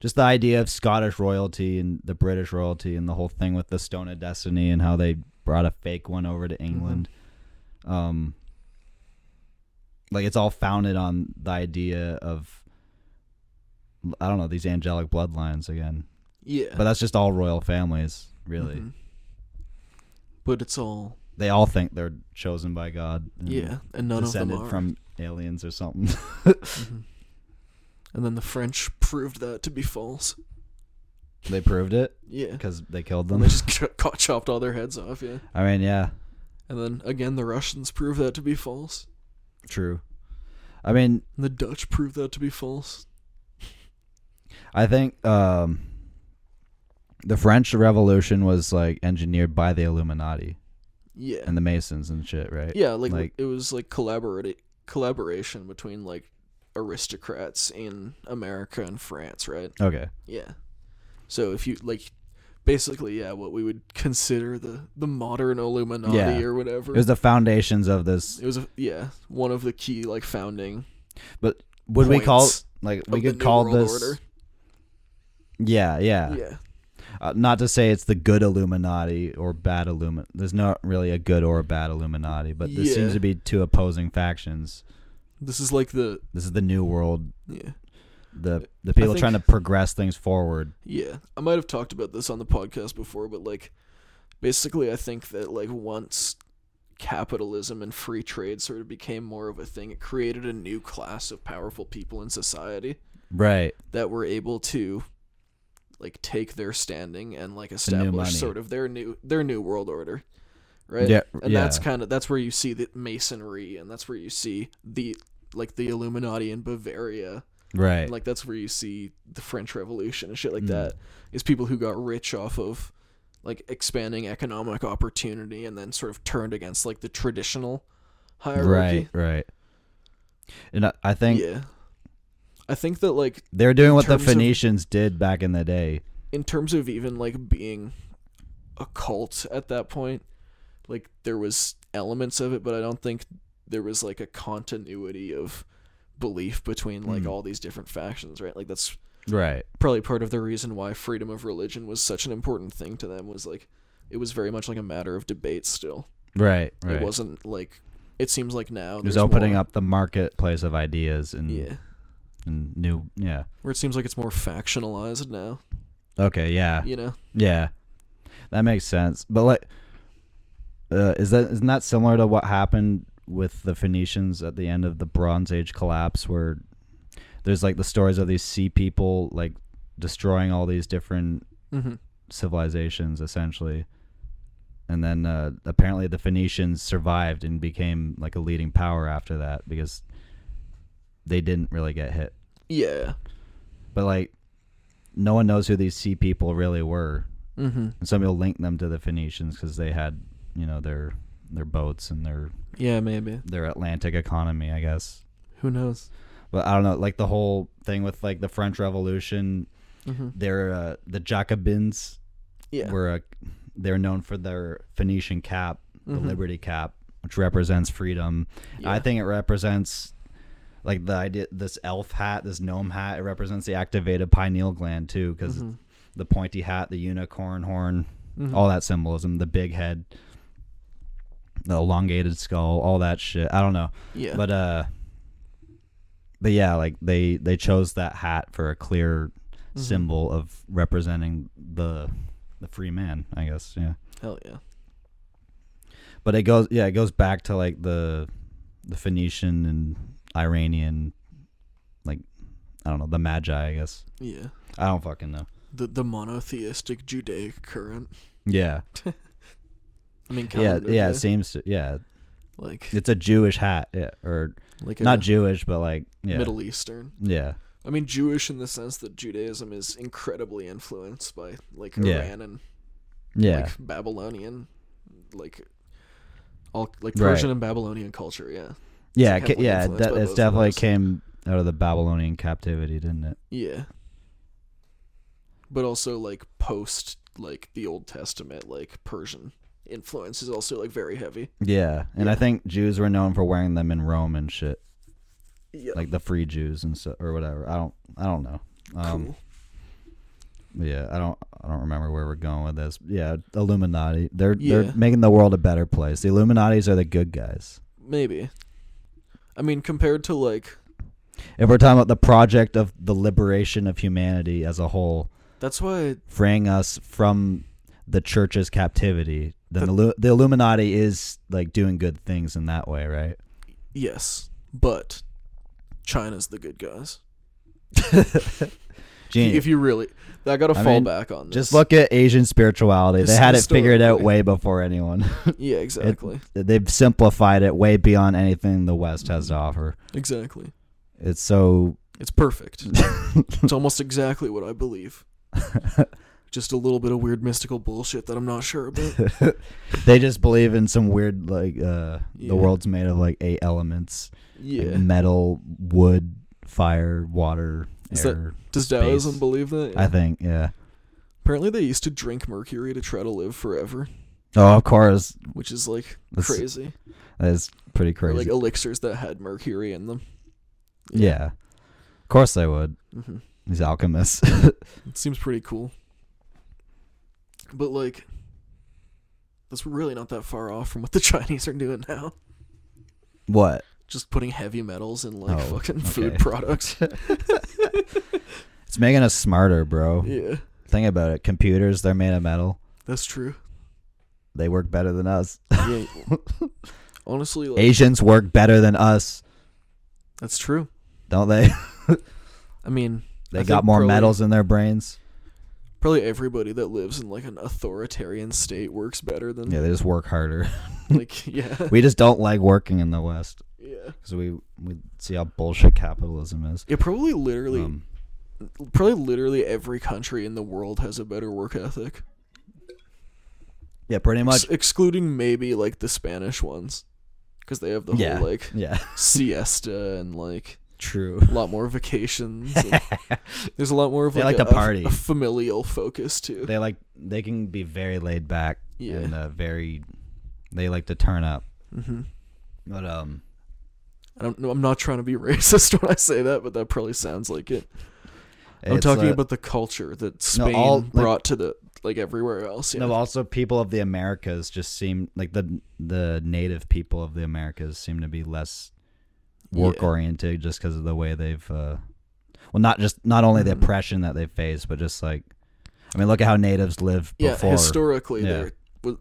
S1: just the idea of Scottish royalty and the British royalty and the whole thing with the Stone of Destiny and how they brought a fake one over
S2: Mm-hmm.
S1: to England. Um like it's all founded on the idea of I don't know, these angelic bloodlines again.
S2: yeah.
S1: But that's just all royal families, really.
S2: Mhm. But it's all
S1: They all think they're chosen by God. and
S2: yeah, and none of them
S1: Mm-hmm. descended
S2: are.
S1: from aliens or something.
S2: Mhm. And then the French proved that to be false.
S1: they proved it.
S2: Yeah,
S1: because they killed them.
S2: and they just ch- caught, chopped all their heads off. Yeah,
S1: I mean, yeah,
S2: and then again the Russians proved that to be false.
S1: true. I mean,
S2: And the Dutch proved that to be false.
S1: I think um, the French Revolution was like engineered by the Illuminati
S2: Yeah.
S1: and the Masons and shit, right?
S2: yeah, like,
S1: like-
S2: it was like collaborati- collaboration between like aristocrats in America and France, right?
S1: Okay.
S2: Yeah. So if you like basically yeah, what we would consider the the modern Illuminati
S1: Yeah.
S2: or whatever.
S1: It was the foundations of this.
S2: it was a, yeah, one of the key like founding
S1: Would we call
S2: points
S1: like
S2: of
S1: we
S2: the
S1: could
S2: New
S1: call
S2: World
S1: this?
S2: order.
S1: Yeah, yeah.
S2: yeah.
S1: Uh, not to say it's the good Illuminati or bad Illuminati. There's not really a good or a bad Illuminati, but there
S2: Yeah.
S1: seems to be two opposing factions.
S2: This is like the
S1: This is the new world.
S2: yeah.
S1: The the people
S2: think-
S1: trying to progress things forward.
S2: Yeah, I might have talked about this on the podcast before, but like basically I think that like once capitalism and free trade sort of became more of a thing, it created a new class of powerful people in society
S1: Right.
S2: that were able to like take their standing and like
S1: money.
S2: establish sort of their new their new world order. Right?
S1: Yeah,
S2: And that's
S1: yeah.
S2: kind of that's where you see the masonry and that's where you see the like the Illuminati in Bavaria
S1: Right.
S2: and, like that's where you see the French Revolution and shit like
S1: Mhm.
S2: that. Is people who got rich off of like expanding economic opportunity and then sort of turned against like the traditional hierarchy.
S1: Right, right. And I, I think
S2: Yeah. I think that like
S1: they're doing what the
S2: terms of-
S1: Phoenicians did back in the day.
S2: in terms of even like being a cult at that point, like there was elements of it, but I don't think there was like a continuity of belief between like
S1: Mm.
S2: all these different factions, right? Like that's
S1: Right.
S2: probably part of the reason why freedom of religion was such an important thing to them was like it was very much like a matter of debate still.
S1: Right, right.
S2: It wasn't like it seems like now
S1: It was opening
S2: more,
S1: up the marketplace of ideas and,
S2: yeah
S1: and new yeah.
S2: where it seems like it's more factionalized now,
S1: Okay, yeah.
S2: you know.
S1: Yeah. That makes sense. But like uh, is that isn't that similar to what happened with the Phoenicians at the end of the Bronze Age collapse where there's like the stories of these sea people like destroying all these different
S2: hmm
S1: civilizations essentially and then uh, apparently the phoenicians survived and became like a leading power after that because they didn't really get hit
S2: Yeah.
S1: but like no one knows who these sea people really were
S2: hmm
S1: and some people link them to the phoenicians because they had you know their their boats and their
S2: Yeah, maybe.
S1: their atlantic economy i guess
S2: Who knows?
S1: but I don't know, like the whole thing with like the French Revolution.
S2: Mm-hmm.
S1: They're uh, the Jacobins
S2: Yeah.
S1: were uh, they're known for their Phoenician cap, the
S2: Mhm.
S1: Liberty cap, which represents freedom. I
S2: Yeah.
S1: think it represents like the idea this elf hat, this gnome hat. It represents the activated pineal gland too, because
S2: Mhm.
S1: the pointy hat, the unicorn horn,
S2: Mhm.
S1: all that symbolism, the big head, the elongated skull, all that shit. I don't know,
S2: Yeah.
S1: but uh, but yeah, like they they chose that hat for a clear
S2: Mhm.
S1: symbol of representing the the free man, I guess. Yeah
S2: Hell yeah.
S1: but it goes yeah it goes back to like the the phoenician and iranian like i don't know the magi i guess
S2: Yeah.
S1: i don't fucking know
S2: The the monotheistic Judaic current.
S1: yeah
S2: I mean,
S1: yeah
S2: kind of, eh?
S1: yeah it seems to, yeah
S2: Like
S1: it's a jewish hat yeah or
S2: like
S1: not
S2: a
S1: jewish but like yeah
S2: Middle Eastern.
S1: yeah
S2: I mean, Jewish in the sense that Judaism is incredibly influenced by like
S1: Yeah.
S2: Iran and
S1: yeah
S2: like Babylonian, like all
S1: Right.
S2: like Persian and Babylonian culture. Yeah,
S1: yeah
S2: heavily
S1: ca- yeah
S2: influenced
S1: that,
S2: by
S1: it's
S2: those
S1: definitely
S2: laws.
S1: came out of the babylonian captivity didn't it
S2: yeah. But also like post like the Old Testament like Persian influence is also like very heavy.
S1: yeah and i
S2: Yeah.
S1: think jews were known for wearing them in rome and shit
S2: Yeah,
S1: like the free jews and so or whatever i don't i don't know um
S2: cool.
S1: Yeah, I don't I don't remember where we're going with this. Yeah, Illuminati. They're
S2: Yeah.
S1: they're making the world a better place. The Illuminatis are the good guys.
S2: Maybe. I mean, compared to like
S1: If we're talking about the project of the liberation of humanity as a whole,
S2: that's why
S1: freeing us from the church's captivity, then
S2: But-
S1: the, Illu- the Illuminati is like doing good things in that way, right?
S2: yes, but China's the good guys.
S1: Genius.
S2: If you really, I got to
S1: I
S2: fall
S1: mean,
S2: back on this.
S1: Just look at Asian spirituality. They
S2: Just
S1: had it figured out
S2: historically.
S1: way before anyone.
S2: Yeah, exactly,
S1: They've simplified it way beyond anything the West has to offer.
S2: exactly.
S1: It's so
S2: It's perfect. it's almost exactly what I believe. Just a little bit of weird mystical bullshit that I'm not sure about.
S1: they just believe in some weird like uh
S2: Yeah.
S1: the world's made of like eight elements like
S2: Yeah.
S1: metal wood fire water
S2: Is that-
S1: air
S2: Does
S1: space.
S2: Taoism believe that?
S1: i think yeah
S2: Apparently, they used to drink mercury to try to live forever,
S1: oh of course
S2: which is like
S1: That's
S2: crazy.
S1: that's pretty
S2: Or
S1: crazy
S2: like elixirs that had mercury in them.
S1: yeah. of course they would
S2: hmm
S1: these alchemists
S2: It seems pretty cool. But like, that's really not that far off from what the Chinese are doing now.
S1: what
S2: Just putting heavy metals in like
S1: Oh,
S2: fucking food
S1: okay.
S2: products.
S1: it's making us smarter bro
S2: yeah,
S1: think about it computers they're made of metal
S2: that's true.
S1: they work better than us
S2: Yeah. Honestly, like,
S1: asians work better than us
S2: that's true.
S1: don't they
S2: I mean,
S1: they
S2: I
S1: got
S2: think
S1: more
S2: probably-
S1: metals in their brains
S2: Probably everybody that lives in like an authoritarian state works better than
S1: yeah they just work harder
S2: like yeah
S1: we just don't like working in the west
S2: yeah.
S1: because we we see how bullshit capitalism is.
S2: Yeah, probably literally,
S1: Um,
S2: probably literally every country in the world has a better work ethic,
S1: yeah, pretty
S2: Ex-
S1: much.
S2: excluding maybe like the Spanish ones, because they have the
S1: Yeah.
S2: whole like
S1: Yeah,
S2: siesta and like
S1: true.
S2: a lot more vacations. and there's a lot more of
S1: They
S2: like,
S1: like
S2: a,
S1: to party.
S2: a, a familial focus too.
S1: They like they can be very laid back
S2: Yeah.
S1: and uh, very. They like to turn up,
S2: hmm
S1: but um,
S2: I don't know. I'm not trying to be racist when I say that, but that probably sounds like it. I'm
S1: it's,
S2: talking
S1: uh,
S2: about the culture that
S1: No,
S2: Spain
S1: all, like-
S2: brought to the like everywhere else. Yeah.
S1: No, also people of the Americas just seem like the the native people of the Americas seem to be less work
S2: Yeah.
S1: oriented just because of the way they've, uh, well, not just not only the
S2: Mhm.
S1: oppression that they face, but just like, I mean, look at how natives live
S2: yeah,
S1: before.
S2: historically
S1: yeah.
S2: there was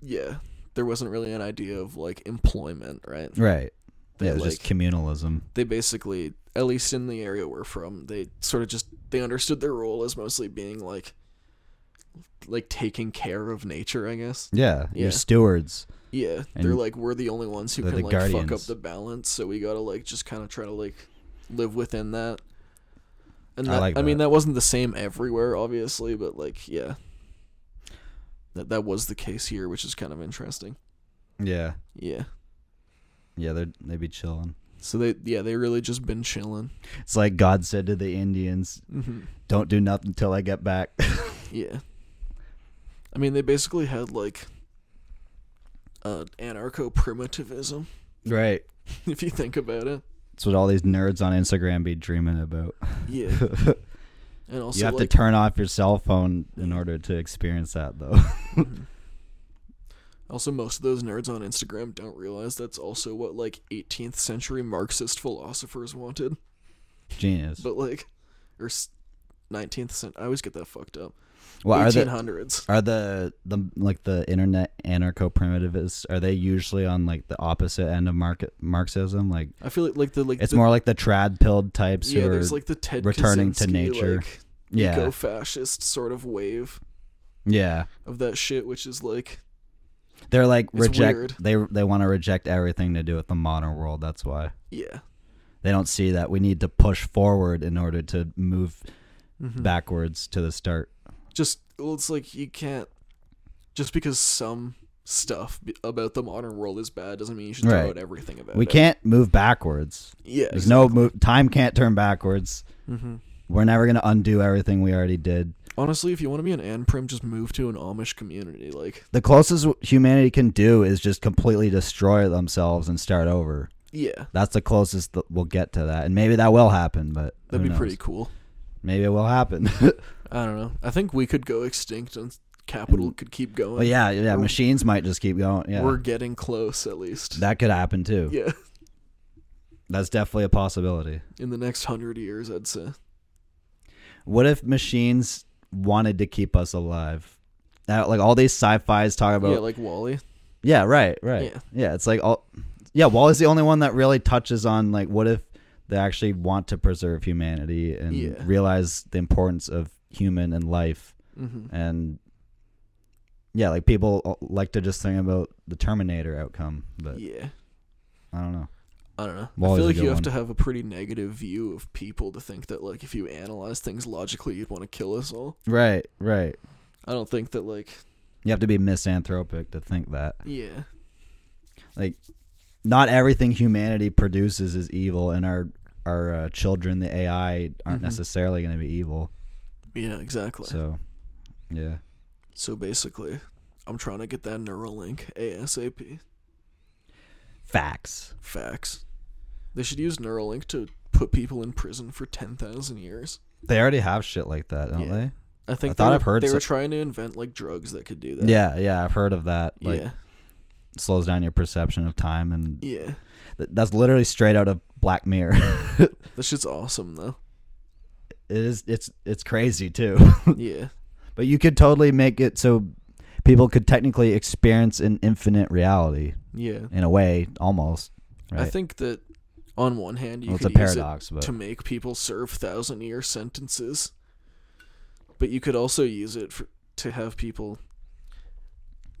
S2: yeah, there wasn't really an idea of like employment, right?
S1: Right.
S2: They,
S1: yeah, it was
S2: like,
S1: just communalism.
S2: they basically at least in the area we're from, they sort of just they understood their role as mostly being like like taking care of nature, I guess.
S1: Yeah,
S2: Yeah.
S1: you're stewards.
S2: Yeah. they're
S1: And
S2: like we're the only ones who
S1: they're
S2: can
S1: the
S2: like fuck up
S1: guardians.
S2: the balance, so we gotta like just kinda try to like live within that. And
S1: I
S2: that, I,
S1: like
S2: mean
S1: that.
S2: that wasn't the same everywhere, obviously, but like yeah. That that was the case here, which is kind of interesting.
S1: Yeah,
S2: Yeah.
S1: yeah, they'd they be chilling.
S2: So they yeah they really just been chilling.
S1: It's like God said to the Indians,
S2: Mm-hmm.
S1: "Don't do nothing until I get back."
S2: Yeah. I mean, they basically had like uh, anarcho primitivism,
S1: right.
S2: if you think about it.
S1: That's what all these nerds on Instagram be dreaming about.
S2: Yeah. And also,
S1: you have
S2: like,
S1: to turn off your cell phone in order to experience that, though.
S2: also most of those nerds on Instagram don't realize that's also what like 18th century Marxist philosophers wanted.
S1: Genius.
S2: But like, or s- 19th century. I always get that fucked up.
S1: well, are the
S2: 1800s.
S1: are the the like the internet anarcho primitivists? Are they usually on like the opposite end of market Marxism? Like
S2: I feel like like the like
S1: it's
S2: the,
S1: more like the trad pilled types
S2: yeah.
S1: who are
S2: There's like the Ted
S1: returning to
S2: Kaczynski,
S1: nature.
S2: like,
S1: Yeah.
S2: eco-fascist sort of wave
S1: yeah.
S2: of that shit, which is like
S1: They're like
S2: It's
S1: reject.
S2: weird.
S1: They they want to reject everything to do with the modern world. That's why
S2: yeah.
S1: they don't see that we need to push forward in order to move
S2: Mm-hmm.
S1: backwards to the start.
S2: just well, it's like you can't just because some stuff b- about the modern world is bad doesn't mean you should throw
S1: Right.
S2: out everything about
S1: We
S2: it.
S1: can't move backwards.
S2: Yeah,
S1: There's no move. Time can't turn backwards.
S2: Mm-hmm.
S1: We're never gonna undo everything we already did.
S2: Honestly, if you want to be an Anprim, just move to an Amish community. Like,
S1: The closest humanity can do is just completely destroy themselves and start over.
S2: yeah,
S1: That's the closest that we'll get to that, and maybe that will happen. But who
S2: that'd be
S1: knows?
S2: pretty cool.
S1: Maybe it will happen.
S2: I don't know. I think we could go extinct and capital could keep going.
S1: but Mm. Oh, yeah, yeah,
S2: We're-
S1: machines might just keep going. Yeah,
S2: we're getting close at least.
S1: that could happen too.
S2: yeah,
S1: That's definitely a possibility.
S2: in the next hundred years, I'd say.
S1: What if machines wanted to keep us alive? Now, like all these sci-fi's talk about
S2: yeah, like Wally.
S1: Yeah, right, right.
S2: Yeah.
S1: Yeah, it's like all Yeah, Wally's the only one that really touches on like what if they actually want to preserve humanity and
S2: Yeah.
S1: realize the importance of human and life
S2: Mm-hmm.
S1: and yeah, like people uh, like to just think about the Terminator outcome, but
S2: Yeah,
S1: I don't know.
S2: I don't know. I
S1: Wally's
S2: feel
S1: a
S2: like
S1: good
S2: you have
S1: one.
S2: to have a pretty negative view of people to think that like if you analyze things logically, you'd want to kill us all.
S1: Right, right.
S2: I don't think that like
S1: You have to be misanthropic to think that.
S2: yeah
S1: Not everything humanity produces is evil and our our uh, children, the AI, aren't
S2: Mhm.
S1: necessarily going to be evil.
S2: yeah exactly. So,
S1: So, yeah.
S2: basically, I'm trying to get that Neuralink ASAP.
S1: Facts.
S2: Facts. They should use Neuralink to put people in prison for ten thousand years.
S1: They already have shit like that, don't
S2: Yeah.
S1: they?
S2: I think
S1: I thought
S2: they,
S1: I've heard
S2: they were
S1: so-
S2: trying to invent like drugs that could do that.
S1: Yeah, yeah, I've heard of that. Like
S2: yeah,
S1: slows down your perception of time and
S2: yeah.
S1: th- that's literally straight out of Black Mirror. it
S2: That shit's awesome though.
S1: is it's it's crazy too.
S2: yeah,
S1: but you could totally make it so people could technically experience an infinite reality
S2: yeah.
S1: in a way almost, right?
S2: I think that on one hand you
S1: well, it's a
S2: could use it
S1: paradox, but
S2: to make people serve thousand year sentences. But you could also use it for, to have people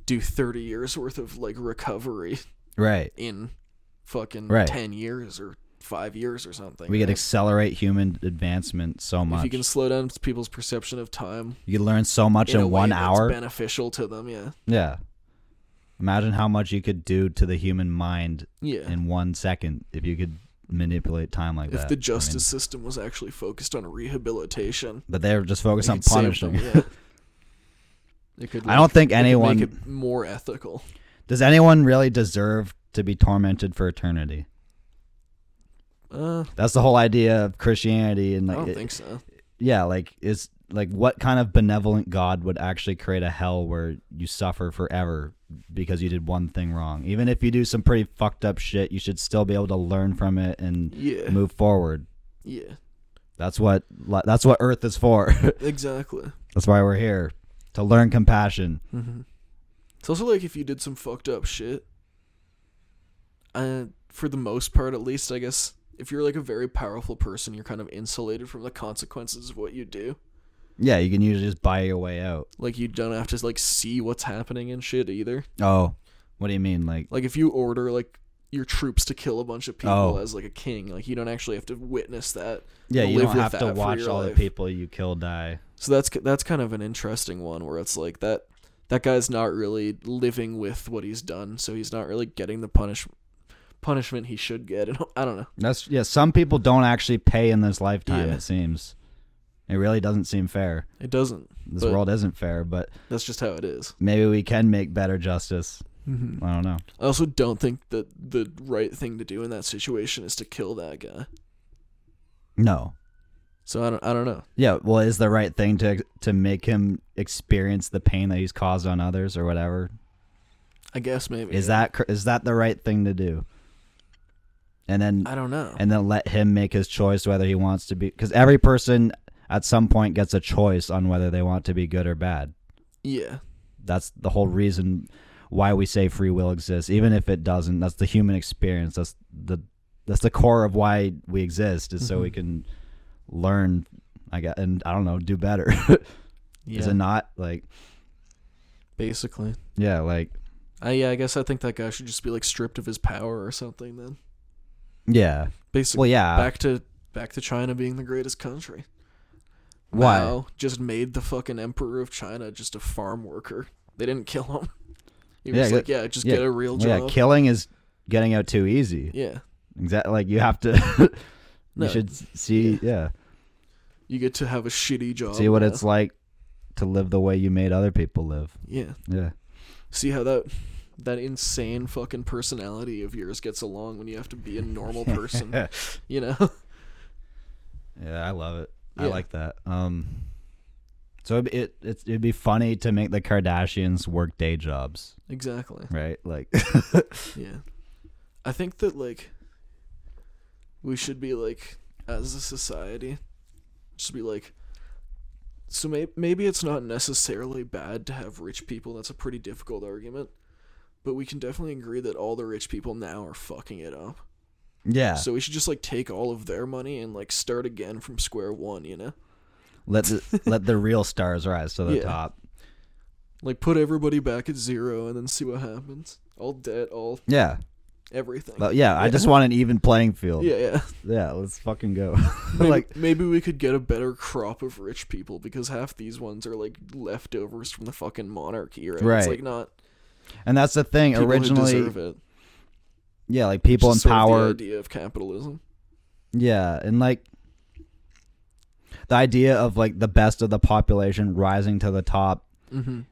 S2: do 30 years worth of like recovery
S1: right.
S2: in fucking
S1: Right.
S2: 10 years or 5 years or something.
S1: We could
S2: right?
S1: accelerate human advancement so
S2: if
S1: much.
S2: you can slow down people's perception of time
S1: learn so much
S2: in
S1: in,
S2: a way
S1: one
S2: that's
S1: hour.
S2: beneficial to them, yeah.
S1: yeah. Imagine how much you could do to the human mind
S2: Yeah.
S1: in one second if you could manipulate time like
S2: if
S1: that. I
S2: the
S1: mean,
S2: justice system was actually focused on rehabilitation,
S1: but they're just
S2: it
S1: focused on
S2: could save
S1: punishing.
S2: them, yeah. It could,
S1: I don't think
S2: like, it could
S1: anyone
S2: make it more ethical.
S1: does. Anyone really deserve to be tormented for eternity?
S2: Uh,
S1: That's the whole idea of Christianity, and
S2: I
S1: like,
S2: don't
S1: it-
S2: think so.
S1: yeah, like is like what kind of benevolent God would actually create a hell where you suffer forever because you did one thing wrong? Even if you do some pretty fucked up shit, you should still be able to learn from it and
S2: Yeah.
S1: move forward.
S2: Yeah.
S1: That's what that's what Earth is for.
S2: Exactly.
S1: that's why we're here to learn compassion.
S2: Mm-hmm. It's also like if you did some fucked up shit. Uh, for the most part, at least, I guess, if you're like a very powerful person, you're kind of insulated from the consequences of what you do.
S1: Yeah, you can usually just buy your way out.
S2: Like you don't have to like see what's happening and shit either.
S1: Oh, what do you mean? Like,
S2: Like if you order like your troops to kill a bunch of people
S1: Oh.
S2: as like a king, like you don't actually have to witness that.
S1: yeah,
S2: You'll
S1: you
S2: live
S1: don't
S2: with
S1: have
S2: that
S1: to
S2: for
S1: watch
S2: your
S1: all the
S2: life.
S1: people you kill die.
S2: So that's that's kind of an interesting one where it's like that that guy's not really living with what he's done, so he's not really getting the punish punishment he should get. And I don't know.
S1: That's yeah. Some people don't actually pay in this lifetime.
S2: Yeah.
S1: It seems. It really doesn't seem fair.
S2: It doesn't.
S1: This
S2: But-
S1: world isn't fair, but
S2: That's just how it is.
S1: maybe we can make better justice.
S2: Mm-hmm.
S1: I don't know.
S2: I also don't think that the right thing to do in that situation is to kill that guy.
S1: No.
S2: So I don't. I don't know.
S1: Yeah. Well, is the right thing to to make him experience the pain that he's caused on others or whatever?
S2: I guess maybe
S1: Is that cor- is that the right thing to do? And then
S2: I don't know.
S1: and then let him make his choice whether he wants to be because every person at some point gets a choice on whether they want to be good or bad.
S2: yeah.
S1: That's the whole reason why we say free will exists, even if it doesn't. That's the human experience. That's the that's the core of why we exist is so we
S2: Mhm.
S1: can learn. I guess, and I don't know, do better.
S2: Yeah.
S1: Is it not like
S2: basically.
S1: yeah, like
S2: I yeah. I guess I think that guy should just be like stripped of his power or something. Then
S1: yeah,
S2: basically
S1: well yeah,
S2: back to back to China being the greatest country.
S1: Why?
S2: Mao just made the fucking emperor of China just a farm worker. They didn't kill him. He was
S1: Yeah,
S2: just
S1: yeah.
S2: like, yeah, just
S1: Yeah,
S2: get a real
S1: Well,
S2: job.
S1: yeah. Killing is getting out too easy.
S2: yeah.
S1: Exactly. Like you have to.
S2: No.
S1: you should see yeah,
S2: You get to have a shitty job.
S1: see what
S2: now.
S1: it's like to live the way you made other people live.
S2: Yeah.
S1: Yeah.
S2: See how that that insane fucking personality of yours gets along when you have to be a normal person. you know?
S1: Yeah, I love it. I
S2: Yeah.
S1: like that. Um, so it, it it's, it'd be funny to make the Kardashians work day jobs,
S2: exactly.
S1: right? Like,
S2: Yeah. I think that like we should be like as a society just be like so may- maybe it's not necessarily bad to have rich people. That's a pretty difficult argument. But we can definitely agree that all the rich people now are fucking it up.
S1: yeah,
S2: So we should just like take all of their money and like start again from square one, you know?
S1: let the, let the real stars rise to the
S2: Yeah.
S1: top.
S2: Like put everybody back at zero and then see what happens. All debt, all
S1: Yeah,
S2: everything.
S1: but yeah, I
S2: Yeah.
S1: just want an even playing field.
S2: yeah, yeah.
S1: yeah let's fucking go.
S2: Maybe,
S1: like,
S2: maybe we could get a better crop of rich people because half these ones are like leftovers from the fucking monarchy, right? It's
S1: Right.
S2: like not
S1: and that's the thing.
S2: people who
S1: Originally,
S2: deserve it.
S1: yeah, like people in
S2: Just sort of the
S1: power
S2: idea of capitalism.
S1: Yeah, and like the idea of like the best of the population rising to the top,
S2: Mm-hmm.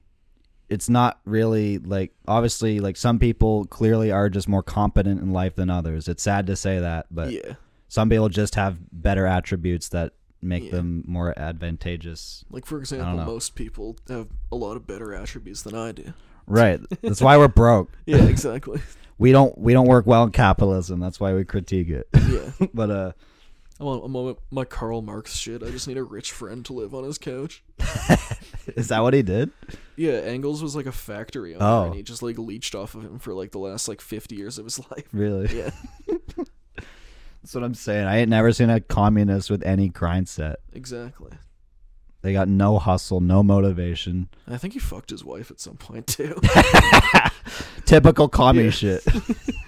S1: it's not really like obviously like some people clearly are just more competent in life than others. It's sad to say that, but
S2: yeah,
S1: some people just have better attributes that make
S2: Yeah.
S1: them more advantageous.
S2: like for example,
S1: know.
S2: most people have a lot of better attributes than I do.
S1: Right. That's why we're broke.
S2: Yeah, exactly.
S1: We don't we don't work well in capitalism. That's why we critique it.
S2: yeah,
S1: but uh
S2: I'm on, I'm on my Karl Marx shit. I just need a rich friend to live on his couch.
S1: is that what he did?
S2: Yeah, Engels was like a factory owner,
S1: Oh.
S2: and he just like leached off of him for like the last like fifty years of his life.
S1: Really?
S2: Yeah,
S1: That's what I'm saying. I ain't never seen a communist with any grind set.
S2: exactly.
S1: They got no hustle, no motivation.
S2: I think he fucked his wife at some point too.
S1: Typical commie
S2: Yeah.
S1: shit.